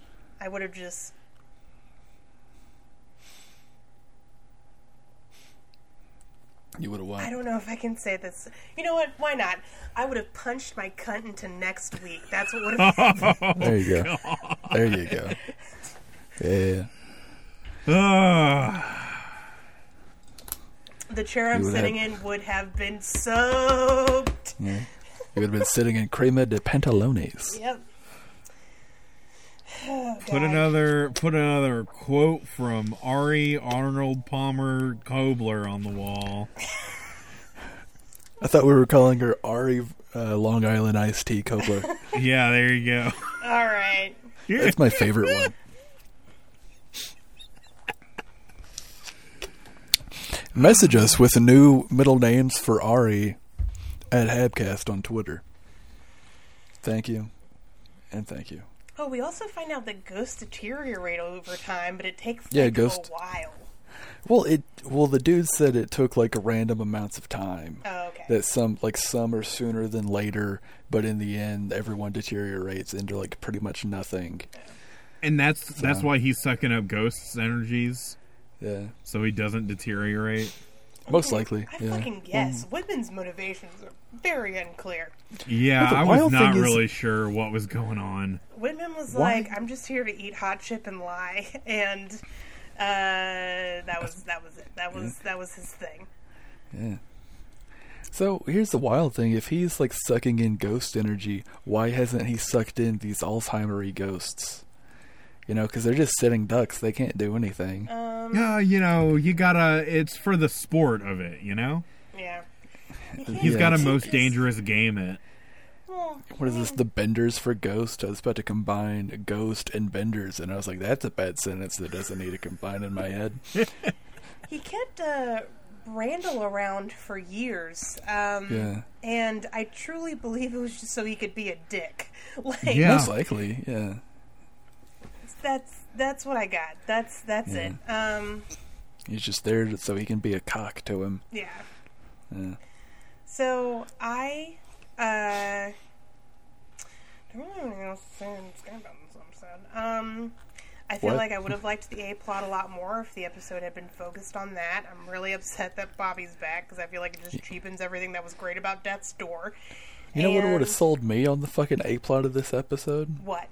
Speaker 3: I would have just
Speaker 1: You would have won.
Speaker 3: I don't know if I can say this. You know what? Why not? I would have punched my cunt into next week. That's what would have
Speaker 1: [laughs]
Speaker 3: happened.
Speaker 1: There you go. There you
Speaker 3: [laughs]
Speaker 1: go. Yeah.
Speaker 2: Ah,
Speaker 3: The chair I'm
Speaker 1: You would
Speaker 3: sitting in would have been soaked.
Speaker 1: yeah. You would have been sitting in crema de pantalones.
Speaker 3: Yep. Oh,
Speaker 2: put
Speaker 3: God.
Speaker 2: another put another quote from Ari Arnold Palmer Kobler on the wall.
Speaker 1: I thought we were calling her Ari uh, Long Island Iced Tea Cobler.
Speaker 2: Yeah, there you
Speaker 1: [laughs]
Speaker 2: go.
Speaker 3: All right.
Speaker 1: That's my favorite one. Message us with new middle names for Ari at Habcast on Twitter. Thank you. And thank you.
Speaker 3: Oh, we also find out that ghosts deteriorate over time, but it takes
Speaker 1: Yeah,
Speaker 3: like,
Speaker 1: ghost-
Speaker 3: a while.
Speaker 1: Well, it well the dude said it took like random amounts of time.
Speaker 3: Oh, okay.
Speaker 1: That some like some are sooner than later, but in the end, everyone deteriorates into like pretty much nothing.
Speaker 2: And that's that's why he's sucking up ghosts' energies
Speaker 1: Yeah,
Speaker 2: so he doesn't deteriorate.
Speaker 1: most likely.
Speaker 3: I
Speaker 1: yeah. Mm.
Speaker 3: fucking guess. Women's motivations are very unclear.
Speaker 2: Yeah,
Speaker 1: But the
Speaker 2: I was
Speaker 1: wild
Speaker 2: not
Speaker 1: thing is-
Speaker 2: really sure what was going on.
Speaker 3: Whitman was
Speaker 1: Why?
Speaker 3: like, "I'm just here to eat hot chip and lie," [laughs] and uh, that was that was it. That was that was his thing.
Speaker 1: Yeah. So here's the wild thing: if he's like sucking in ghost energy, why hasn't he sucked in these Alzheimery ghosts? You know, because they're just sitting ducks; they can't do anything.
Speaker 2: Yeah, you know, you gotta. It's for the sport of it, you know.
Speaker 3: Yeah.
Speaker 2: He's got a
Speaker 1: Yeah.
Speaker 2: most dangerous game it.
Speaker 3: Well,
Speaker 1: What is this? The Benders for Ghost? I was about to combine Ghost and Benders, and I was like, that's a bad sentence that doesn't need to combine in my head.
Speaker 3: he kept uh, Randall around for years, um,
Speaker 1: Yeah.
Speaker 3: and I truly believe it was just so he could be a dick. [laughs] Like
Speaker 2: Yeah.
Speaker 1: Most likely, yeah.
Speaker 3: that's that's what I got. That's that's it. Um,
Speaker 1: He's just there so he can be a cock to him.
Speaker 3: yeah.
Speaker 1: Yeah.
Speaker 3: So I uh, I don't really have anything else to say in this game about this episode. Um, I feel
Speaker 1: What?
Speaker 3: like I would have liked the A plot a lot more if the episode had been focused on that. I'm really upset that Bobby's back because I feel like it just cheapens everything that was great about Death's Door.
Speaker 1: You know what
Speaker 3: And-
Speaker 1: would have sold me on the fucking A plot of this episode?
Speaker 3: What?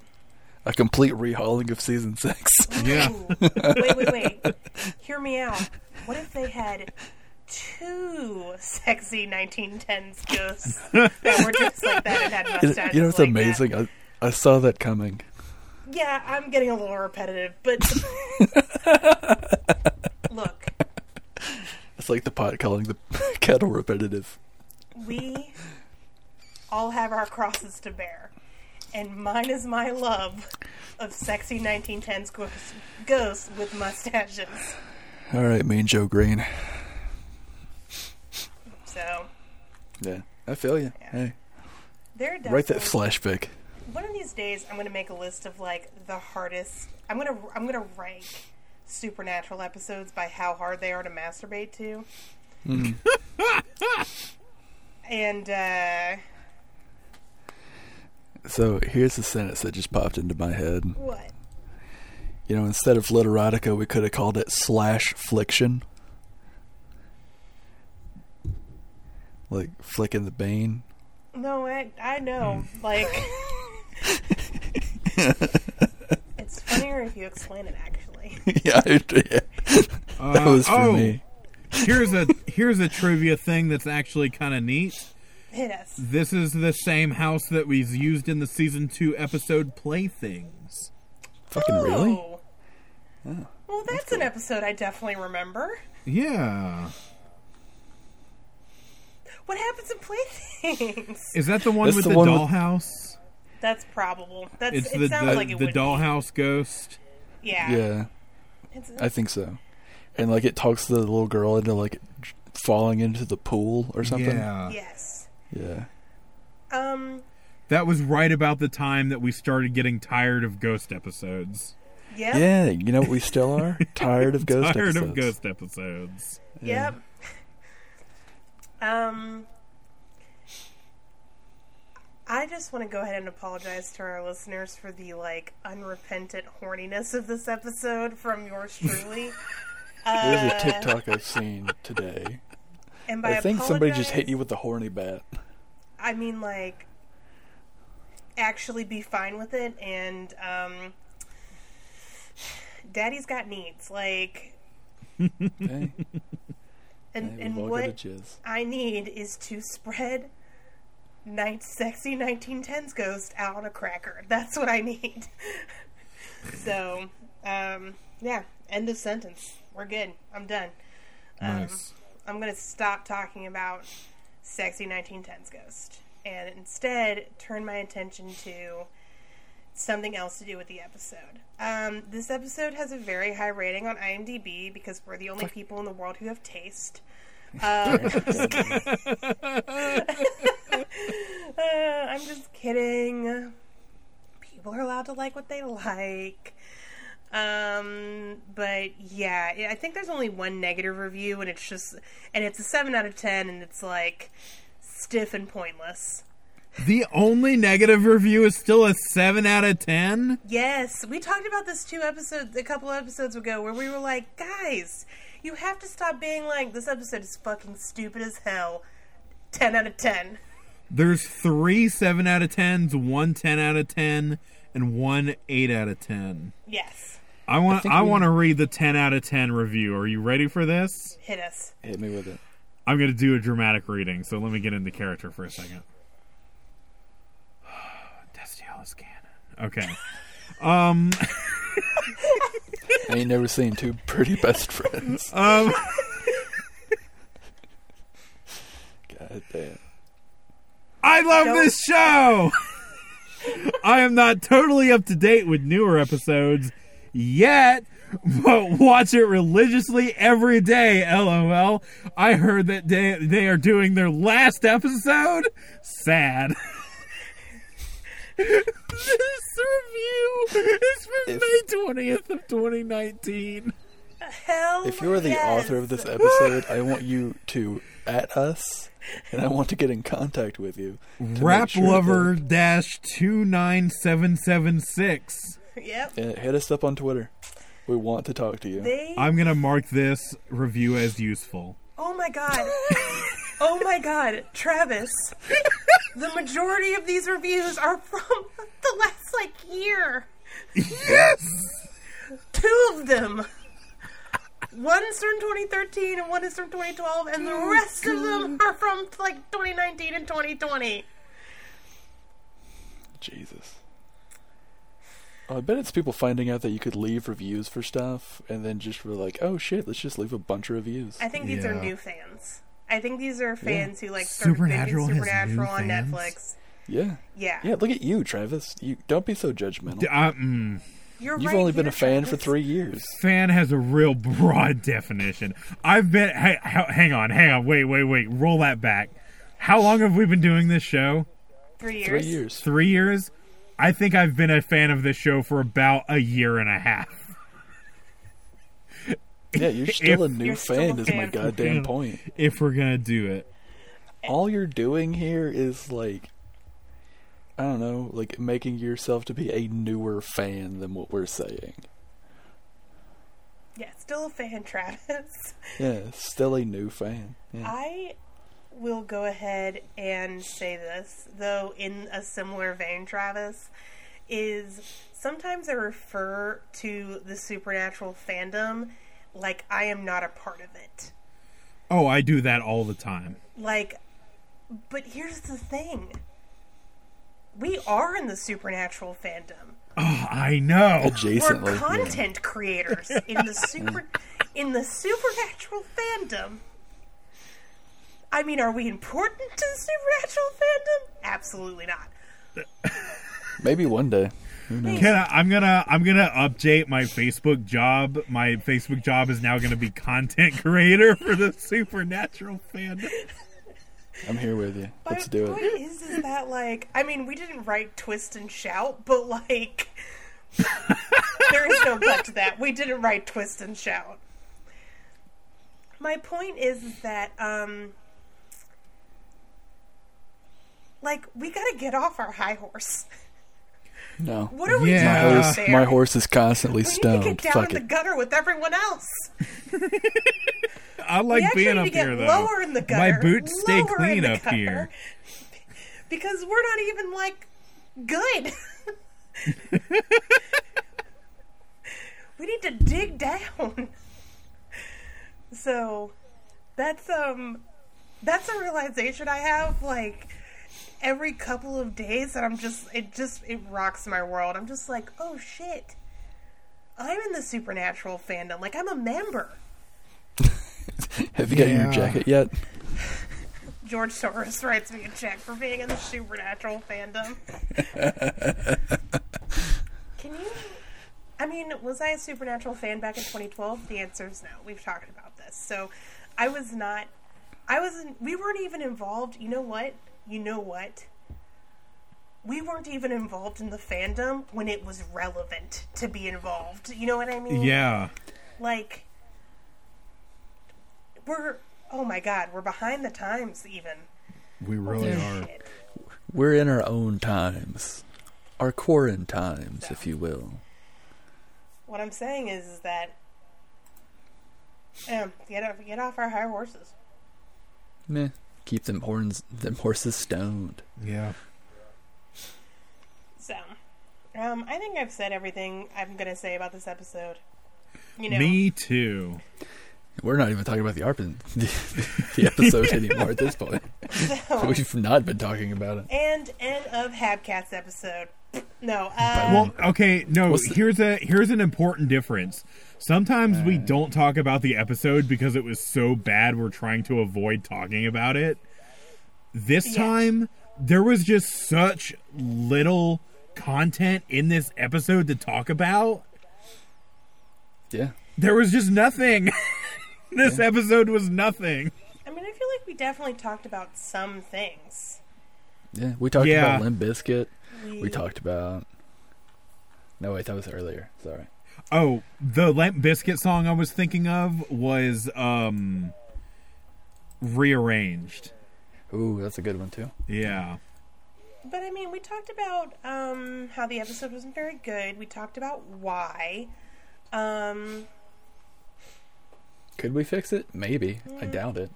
Speaker 1: A complete rehauling of season six. [laughs]
Speaker 2: Yeah.
Speaker 3: Ooh. wait, wait, wait. Hear me out. What if they had two sexy 1910s ghosts that were just like that and had
Speaker 1: You
Speaker 3: mustaches?
Speaker 1: know what's
Speaker 3: like that?
Speaker 1: amazing? I, I saw that coming.
Speaker 3: Yeah, I'm getting a little repetitive,
Speaker 1: [laughs]
Speaker 3: but look,
Speaker 1: It's like the pot calling the [laughs] kettle repetitive.
Speaker 3: we all have our crosses to bear, and mine is my love of sexy 1910s ghosts, ghosts with mustaches.
Speaker 1: All right, Mean Joe Green.
Speaker 3: So
Speaker 1: Yeah, I feel you. Hey,
Speaker 3: they're
Speaker 1: write that
Speaker 3: definitely-
Speaker 1: flashback.
Speaker 3: one of these days i'm gonna make a list of like the hardest i'm gonna i'm gonna rank supernatural episodes by how hard they are to masturbate to
Speaker 1: Hmm.
Speaker 3: [laughs] and uh
Speaker 1: So here's the sentence that just popped into my head.
Speaker 3: what
Speaker 1: You know, instead of literotica, we could have called it slash fliction. Like flicking the [laughs] bane.
Speaker 3: no i, I know like it's funnier if you explain it actually [laughs]
Speaker 1: yeah, I- yeah. that
Speaker 2: Uh,
Speaker 1: was for
Speaker 2: oh,
Speaker 1: me.
Speaker 2: here's a here's a trivia thing that's actually kind of neat.
Speaker 3: hit us
Speaker 2: This is the same house that we've used in the season two episode playthings.
Speaker 1: Fucking really?
Speaker 3: Oh. well that's, an episode i definitely remember
Speaker 2: Yeah,
Speaker 3: what happens in playthings [laughs]
Speaker 2: is that the one
Speaker 1: That's
Speaker 2: with
Speaker 1: the
Speaker 2: the,
Speaker 1: one with-
Speaker 2: dollhouse?
Speaker 3: That's probable. That's
Speaker 2: It's
Speaker 3: it
Speaker 2: the
Speaker 3: sounds
Speaker 2: the,
Speaker 3: like it
Speaker 2: the
Speaker 3: would
Speaker 2: dollhouse ghost.
Speaker 3: Be. Yeah.
Speaker 1: Yeah,
Speaker 3: It's,
Speaker 1: I think so. And like it talks to the little girl into like j- falling into the pool or something.
Speaker 2: Yeah.
Speaker 3: yes.
Speaker 1: Yeah.
Speaker 3: Um
Speaker 2: that was right about the time that we started getting tired of ghost episodes.
Speaker 3: yep.
Speaker 1: Yeah, you know what we still are? Tired of ghost
Speaker 2: tired
Speaker 1: episodes.
Speaker 2: of ghost episodes.
Speaker 3: Yep. [laughs] Um, I just want to go ahead and apologize to our listeners for the like unrepentant horniness of this episode from yours truly. Uh,
Speaker 1: There's a TikTok I've seen today.
Speaker 3: And by
Speaker 1: I think somebody just
Speaker 3: apologize,
Speaker 1: hit you with the horny bat.
Speaker 3: I mean, like, actually be fine with it. And um, daddy's got needs. Like,
Speaker 1: [laughs] Hey,
Speaker 3: and,
Speaker 1: hey,
Speaker 3: and
Speaker 1: we've all got a
Speaker 3: what
Speaker 1: jizz.
Speaker 3: I need is to spread night sexy 1910s ghost out on a cracker. [laughs] That's what I need. [laughs] so, um, yeah, end of sentence. We're good. I'm done. Oh.
Speaker 2: Nice.
Speaker 3: I'm going to stop talking about sexy 1910s ghost and instead turn my attention to something else to do with the episode. Um, this episode has a very high rating on IMDb because we're the only people in the world who have taste. Um, [laughs] Uh, I'm just kidding. People are allowed to like what they like. Um, but yeah, yeah, I think there's only one negative review, and it's just, and it's a seven out of ten, and it's like stiff and pointless.
Speaker 2: The only negative review is still a 7 out of 10.
Speaker 3: Yes, we talked about this two episodes, a couple episodes ago, where we were like, guys, you have to stop being like, this episode is fucking stupid as hell. Ten out of ten.
Speaker 2: There's three 7 out of 10s, one 10 out of 10, and one 8 out of 10.
Speaker 3: Yes,
Speaker 2: I want
Speaker 1: think
Speaker 2: I,
Speaker 1: we-
Speaker 2: want to read the 10 out of 10 review. Are you ready for this?
Speaker 3: hit us.
Speaker 1: Hit me with it.
Speaker 2: I'm going to do a dramatic reading, so let me get into character for a second. [sighs] Destiel is canon.
Speaker 1: [laughs]
Speaker 2: Okay.
Speaker 1: I ain't never seen two [laughs] pretty best
Speaker 2: [laughs]
Speaker 1: friends.
Speaker 2: Um
Speaker 1: God damn.
Speaker 2: I love
Speaker 3: Don't-
Speaker 2: this show. I am not totally up to date with newer episodes yet, but watch it religiously every day. LOL. I heard that they, they are doing their last episode. Sad. this review is from
Speaker 1: If-
Speaker 2: May 20th of 2019.
Speaker 3: Hell,
Speaker 1: If you're the
Speaker 3: yes.
Speaker 1: author of this episode, I want you to at us, and I want to get in contact with you. to make
Speaker 2: Rap
Speaker 1: sure
Speaker 2: lover dash 29776.
Speaker 3: [laughs] yep.
Speaker 1: that- yeah, hit us up on Twitter. We want to talk to you.
Speaker 3: They.
Speaker 2: I'm gonna mark this review as useful.
Speaker 3: oh my god. oh my god, Travis. The majority of these reviews are from [laughs] the last like year.
Speaker 2: Yes.
Speaker 3: Two of them. One is from 2013 and one is from 2012, and the rest of them are from like 2019 and 2020.
Speaker 1: Jesus. Oh, I bet it's people finding out that you could leave reviews for stuff, and then just were like, "Oh shit, let's just leave a bunch of reviews."
Speaker 3: I think these are
Speaker 2: Yeah.
Speaker 3: new fans. I think these are fans who like started
Speaker 2: Supernatural
Speaker 3: Supernatural
Speaker 2: has new
Speaker 3: Supernatural on
Speaker 2: fans?
Speaker 3: Netflix.
Speaker 1: Yeah,
Speaker 3: Yeah,
Speaker 1: yeah. Look at you, Travis. You don't be so judgmental.
Speaker 2: D- uh, mm.
Speaker 3: you're
Speaker 1: You've
Speaker 3: right
Speaker 1: only been
Speaker 3: here,
Speaker 1: a fan for
Speaker 3: Travis.
Speaker 1: three years.
Speaker 2: Fan has a real broad [laughs] definition. I've been. Hey, ha- hang on, hang on. Wait, wait, wait. Roll that back. How long have we been doing this show?
Speaker 3: Three years.
Speaker 1: Three years.
Speaker 2: Three years. I think I've been a fan of this show for about a year and a half. [laughs]
Speaker 1: Yeah, you're still a new
Speaker 3: You're still a
Speaker 1: fan, is my
Speaker 3: fan.
Speaker 1: goddamn point.
Speaker 2: If we're gonna do it,
Speaker 1: all you're doing here is like I don't know, like making yourself to be a newer fan than what we're saying.
Speaker 3: Yeah, still a fan, Travis.
Speaker 1: Yeah, still a new fan. Yeah.
Speaker 3: I will go ahead and say this, though in a similar vein, Travis, is sometimes I refer to the supernatural fandom like I am not a part of it.
Speaker 2: oh, I do that all the time.
Speaker 3: Like, but here's the thing we are in the supernatural fandom.
Speaker 2: Oh, I know.
Speaker 1: Adjacently.
Speaker 3: We're
Speaker 1: yeah.
Speaker 3: content creators in the super in the supernatural fandom. I mean, are we important to the supernatural fandom? Absolutely not.
Speaker 1: Maybe one day.
Speaker 2: [laughs] Can I, I'm gonna I'm gonna update my Facebook job. My Facebook job is now gonna be content [laughs] creator for the supernatural fandom.
Speaker 1: I'm here with you.
Speaker 3: My
Speaker 1: Let's do
Speaker 3: point
Speaker 1: it.
Speaker 3: is, [laughs] is that like I mean, we didn't write twist and shout, but like [laughs] there is no but to that. We didn't write twist and shout. My point is that um Like, we gotta get off our high horse.
Speaker 1: No.
Speaker 3: What are we
Speaker 2: Yeah.
Speaker 1: My
Speaker 3: doing
Speaker 1: horse,
Speaker 3: there?
Speaker 1: my horse is constantly
Speaker 3: we
Speaker 1: stoned.
Speaker 3: need to get down
Speaker 1: Fuck
Speaker 3: in the
Speaker 1: it.
Speaker 3: gutter with everyone else.
Speaker 2: I
Speaker 3: We
Speaker 2: like
Speaker 3: actually
Speaker 2: being
Speaker 3: need
Speaker 2: up
Speaker 3: to get
Speaker 2: here though.
Speaker 3: lower in the gutter.
Speaker 2: My boots stay
Speaker 3: lower in
Speaker 2: clean
Speaker 3: the
Speaker 2: up
Speaker 3: gutter,
Speaker 2: here.
Speaker 3: [laughs] because we're not even like good. [laughs] we need to dig down. [laughs] So that's um that's a realization I have like every couple of days that I'm just it just it rocks my world. I'm just like, "Oh shit. I'm in the supernatural fandom. Like I'm a member."
Speaker 1: Have you gotten
Speaker 2: Yeah.
Speaker 1: your jacket yet?
Speaker 3: George Soros writes me a check for being in the supernatural fandom. Can you? I mean, was I a supernatural fan back in 2012? The answer is no. We've talked about this. So I was not. I wasn't. We weren't even involved. You know what? You know what? We weren't even involved in the fandom when it was relevant to be involved. You know what I mean?
Speaker 2: Yeah.
Speaker 3: like we're oh my god we're behind the times even
Speaker 2: We really are.
Speaker 3: Oh, Shit.
Speaker 1: We're in our own times, our quarantine times, if you will.
Speaker 3: what i'm saying is, is that um, get off get off our high horses
Speaker 1: Meh. Keep them horns, them horses stoned.
Speaker 2: Yeah.
Speaker 3: so um i think i've said everything i'm gonna say about this episode you know [laughs]
Speaker 2: Me too.
Speaker 1: We're not even talking about the ARPin, [laughs] the, the
Speaker 3: [laughs]
Speaker 1: episode anymore at this point.
Speaker 3: so,
Speaker 1: We've not been talking about it.
Speaker 3: and end of habcats episode no uh
Speaker 2: Well, okay, no,
Speaker 1: What's the-
Speaker 2: here's a here's an important difference. Sometimes we don't talk about the episode because it was so bad we're trying to avoid talking about it. This
Speaker 3: Yeah.
Speaker 2: time there was just such little content in this episode to talk about.
Speaker 1: Yeah.
Speaker 2: There was just nothing. [laughs] this episode was nothing.
Speaker 3: i mean i feel like we definitely talked about some things
Speaker 1: Yeah. We talked
Speaker 2: Yeah.
Speaker 1: about Limp Biscuit. We talked about. No, wait, that was earlier. Sorry.
Speaker 2: Oh, the Lamp Biscuit song I was thinking of was um rearranged.
Speaker 1: Ooh, that's a good one, too.
Speaker 2: Yeah.
Speaker 3: But I mean, we talked about um, how the episode wasn't very good. We talked about why. Um,
Speaker 1: Could we fix it? Maybe. I doubt it.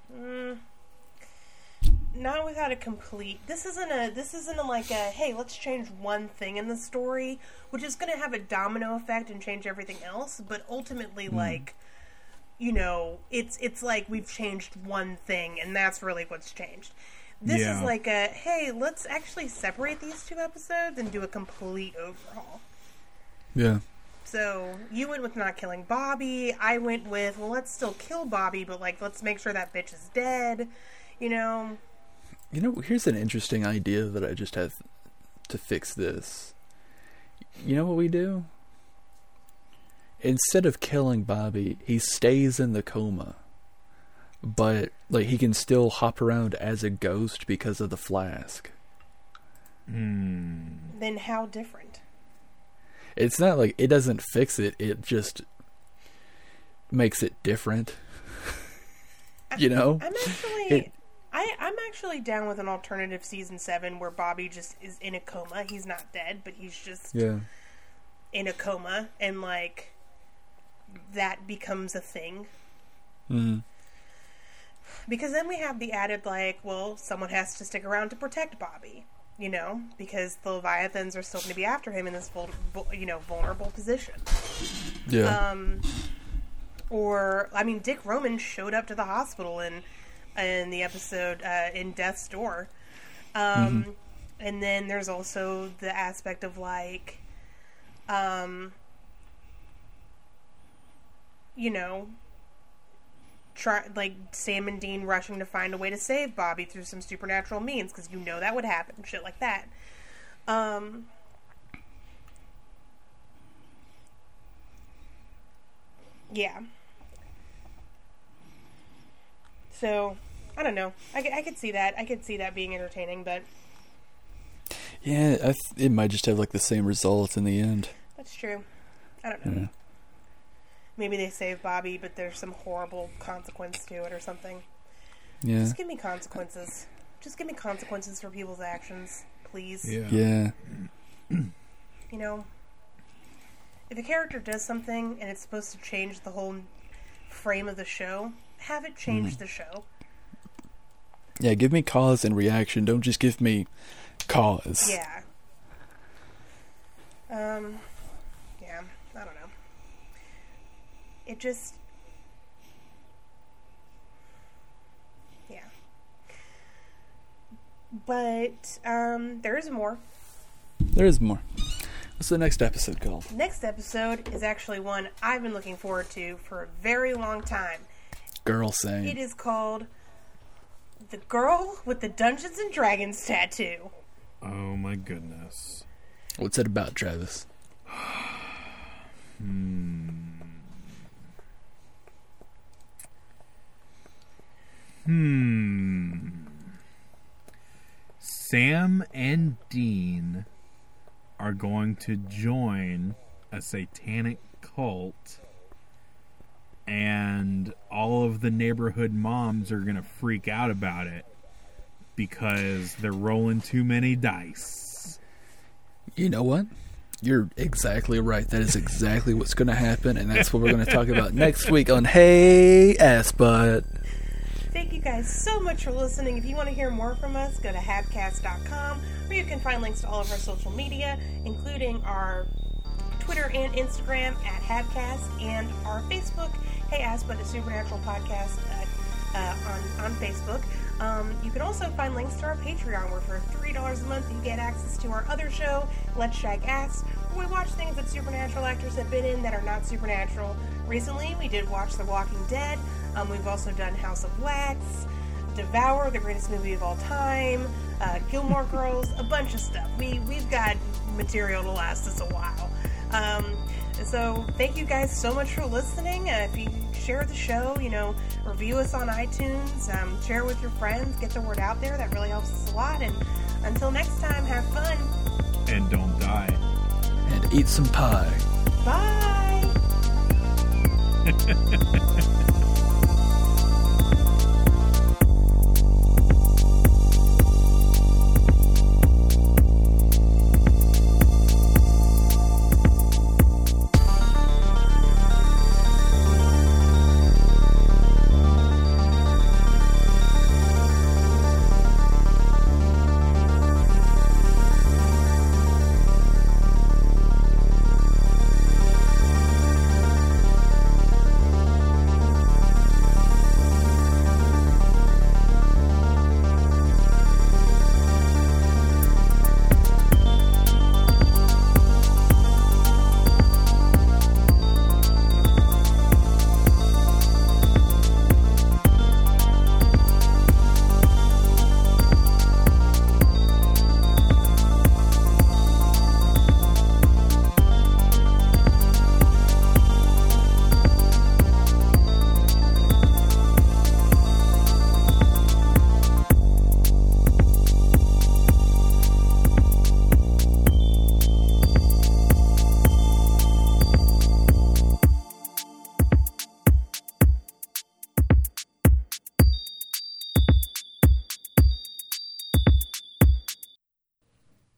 Speaker 3: not without a complete. This isn't a. This isn't a, like a. Hey, let's change one thing in the story, which is going to have a domino effect and change everything else. But ultimately, like, you know, it's it's like we've changed one thing, and that's really what's changed. This
Speaker 2: Yeah.
Speaker 3: is like a. Hey, let's actually separate these two episodes and do a complete overhaul.
Speaker 1: Yeah.
Speaker 3: So you went with not killing Bobby. I went with well, let's still kill Bobby, but like let's make sure that bitch is dead. You know,
Speaker 1: You know, here's an interesting idea that I just had to fix this. You know what we do? Instead of killing Bobby, he stays in the coma. But like he can still hop around as a ghost because of the flask.
Speaker 2: Hmm.
Speaker 3: then how different?
Speaker 1: It's not like it doesn't fix it, it just makes it different. [laughs] you know?
Speaker 3: I'm actually,
Speaker 1: It-
Speaker 3: I I'm actually down with an alternative season seven where Bobby just is in a coma. He's not dead, but he's just
Speaker 1: Yeah.
Speaker 3: in a coma, and like that becomes a thing.
Speaker 1: Mm.
Speaker 3: Because then we have the added, like, well, someone has to stick around to protect Bobby, you know, because the Leviathans are still going to be after him in this, vul- vul- you know, vulnerable position.
Speaker 1: Yeah.
Speaker 3: Um, or, I mean, Dick Roman showed up to the hospital in, in the episode uh, in Death's Door. Um, And then there's also the aspect of, like, um, you know, try like Sam and Dean rushing to find a way to save Bobby through some supernatural means because you know that would happen, shit like that. Um, yeah. So I don't know. I, c- I could see that. I could see that being entertaining, but
Speaker 1: yeah, I th- it might just have like the same results in the end.
Speaker 3: that's true. I don't know. Maybe they save Bobby, but there's some horrible consequence to it or something.
Speaker 1: Yeah.
Speaker 3: Just give me consequences. Just give me consequences for people's actions, please.
Speaker 2: Yeah.
Speaker 1: Yeah.
Speaker 3: You know, if a character does something and it's supposed to change the whole frame of the show, have it change the show.
Speaker 1: Yeah, give me cause and reaction. Don't just give me cause.
Speaker 3: Yeah. Um, yeah, I don't know. It just. Yeah. But, um, there is more.
Speaker 1: There is more. What's the next episode called?
Speaker 3: Next episode is actually one I've been looking forward to for a very long time.
Speaker 1: Girl saying.
Speaker 3: It is called The Girl with the Dungeons and Dragons Tattoo.
Speaker 2: Oh my goodness.
Speaker 1: What's it about, Travis?
Speaker 2: Hmm. Sam and Dean are going to join a satanic cult, and all of the neighborhood moms are going to freak out about it because they're rolling too many dice.
Speaker 1: You know what? You're exactly right. That is exactly what's going to happen, and that's what we're going to talk about next week on Hey Ass Butt.
Speaker 3: Thank you guys so much for listening. If you want to hear more from us, go to habcast.com where you can find links to all of our social media, including our Twitter and Instagram at Habcast and our Facebook, Hey Ass But a Supernatural Podcast uh, uh, on, on Facebook. Um, you can also find links to our Patreon where for $3 a month you get access to our other show, Let's Shag Ass, where we watch things that supernatural actors have been in that are not supernatural. Recently, we did watch The Walking Dead. Um, we've also done House of Wax, Devour, the greatest movie of all time, uh, Gilmore Girls, a bunch of stuff. We we've got material to last us a while. Um, so thank you guys so much for listening. Uh, if you share the show, you know, review us on iTunes, um, share with your friends, get the word out there. That really helps us a lot. And until next time, have fun.
Speaker 2: And don't die.
Speaker 1: And eat some pie.
Speaker 3: Bye.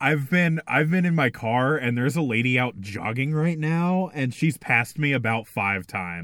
Speaker 2: I've been I've been in my car and there's a lady out jogging right now and she's passed me about 5 times.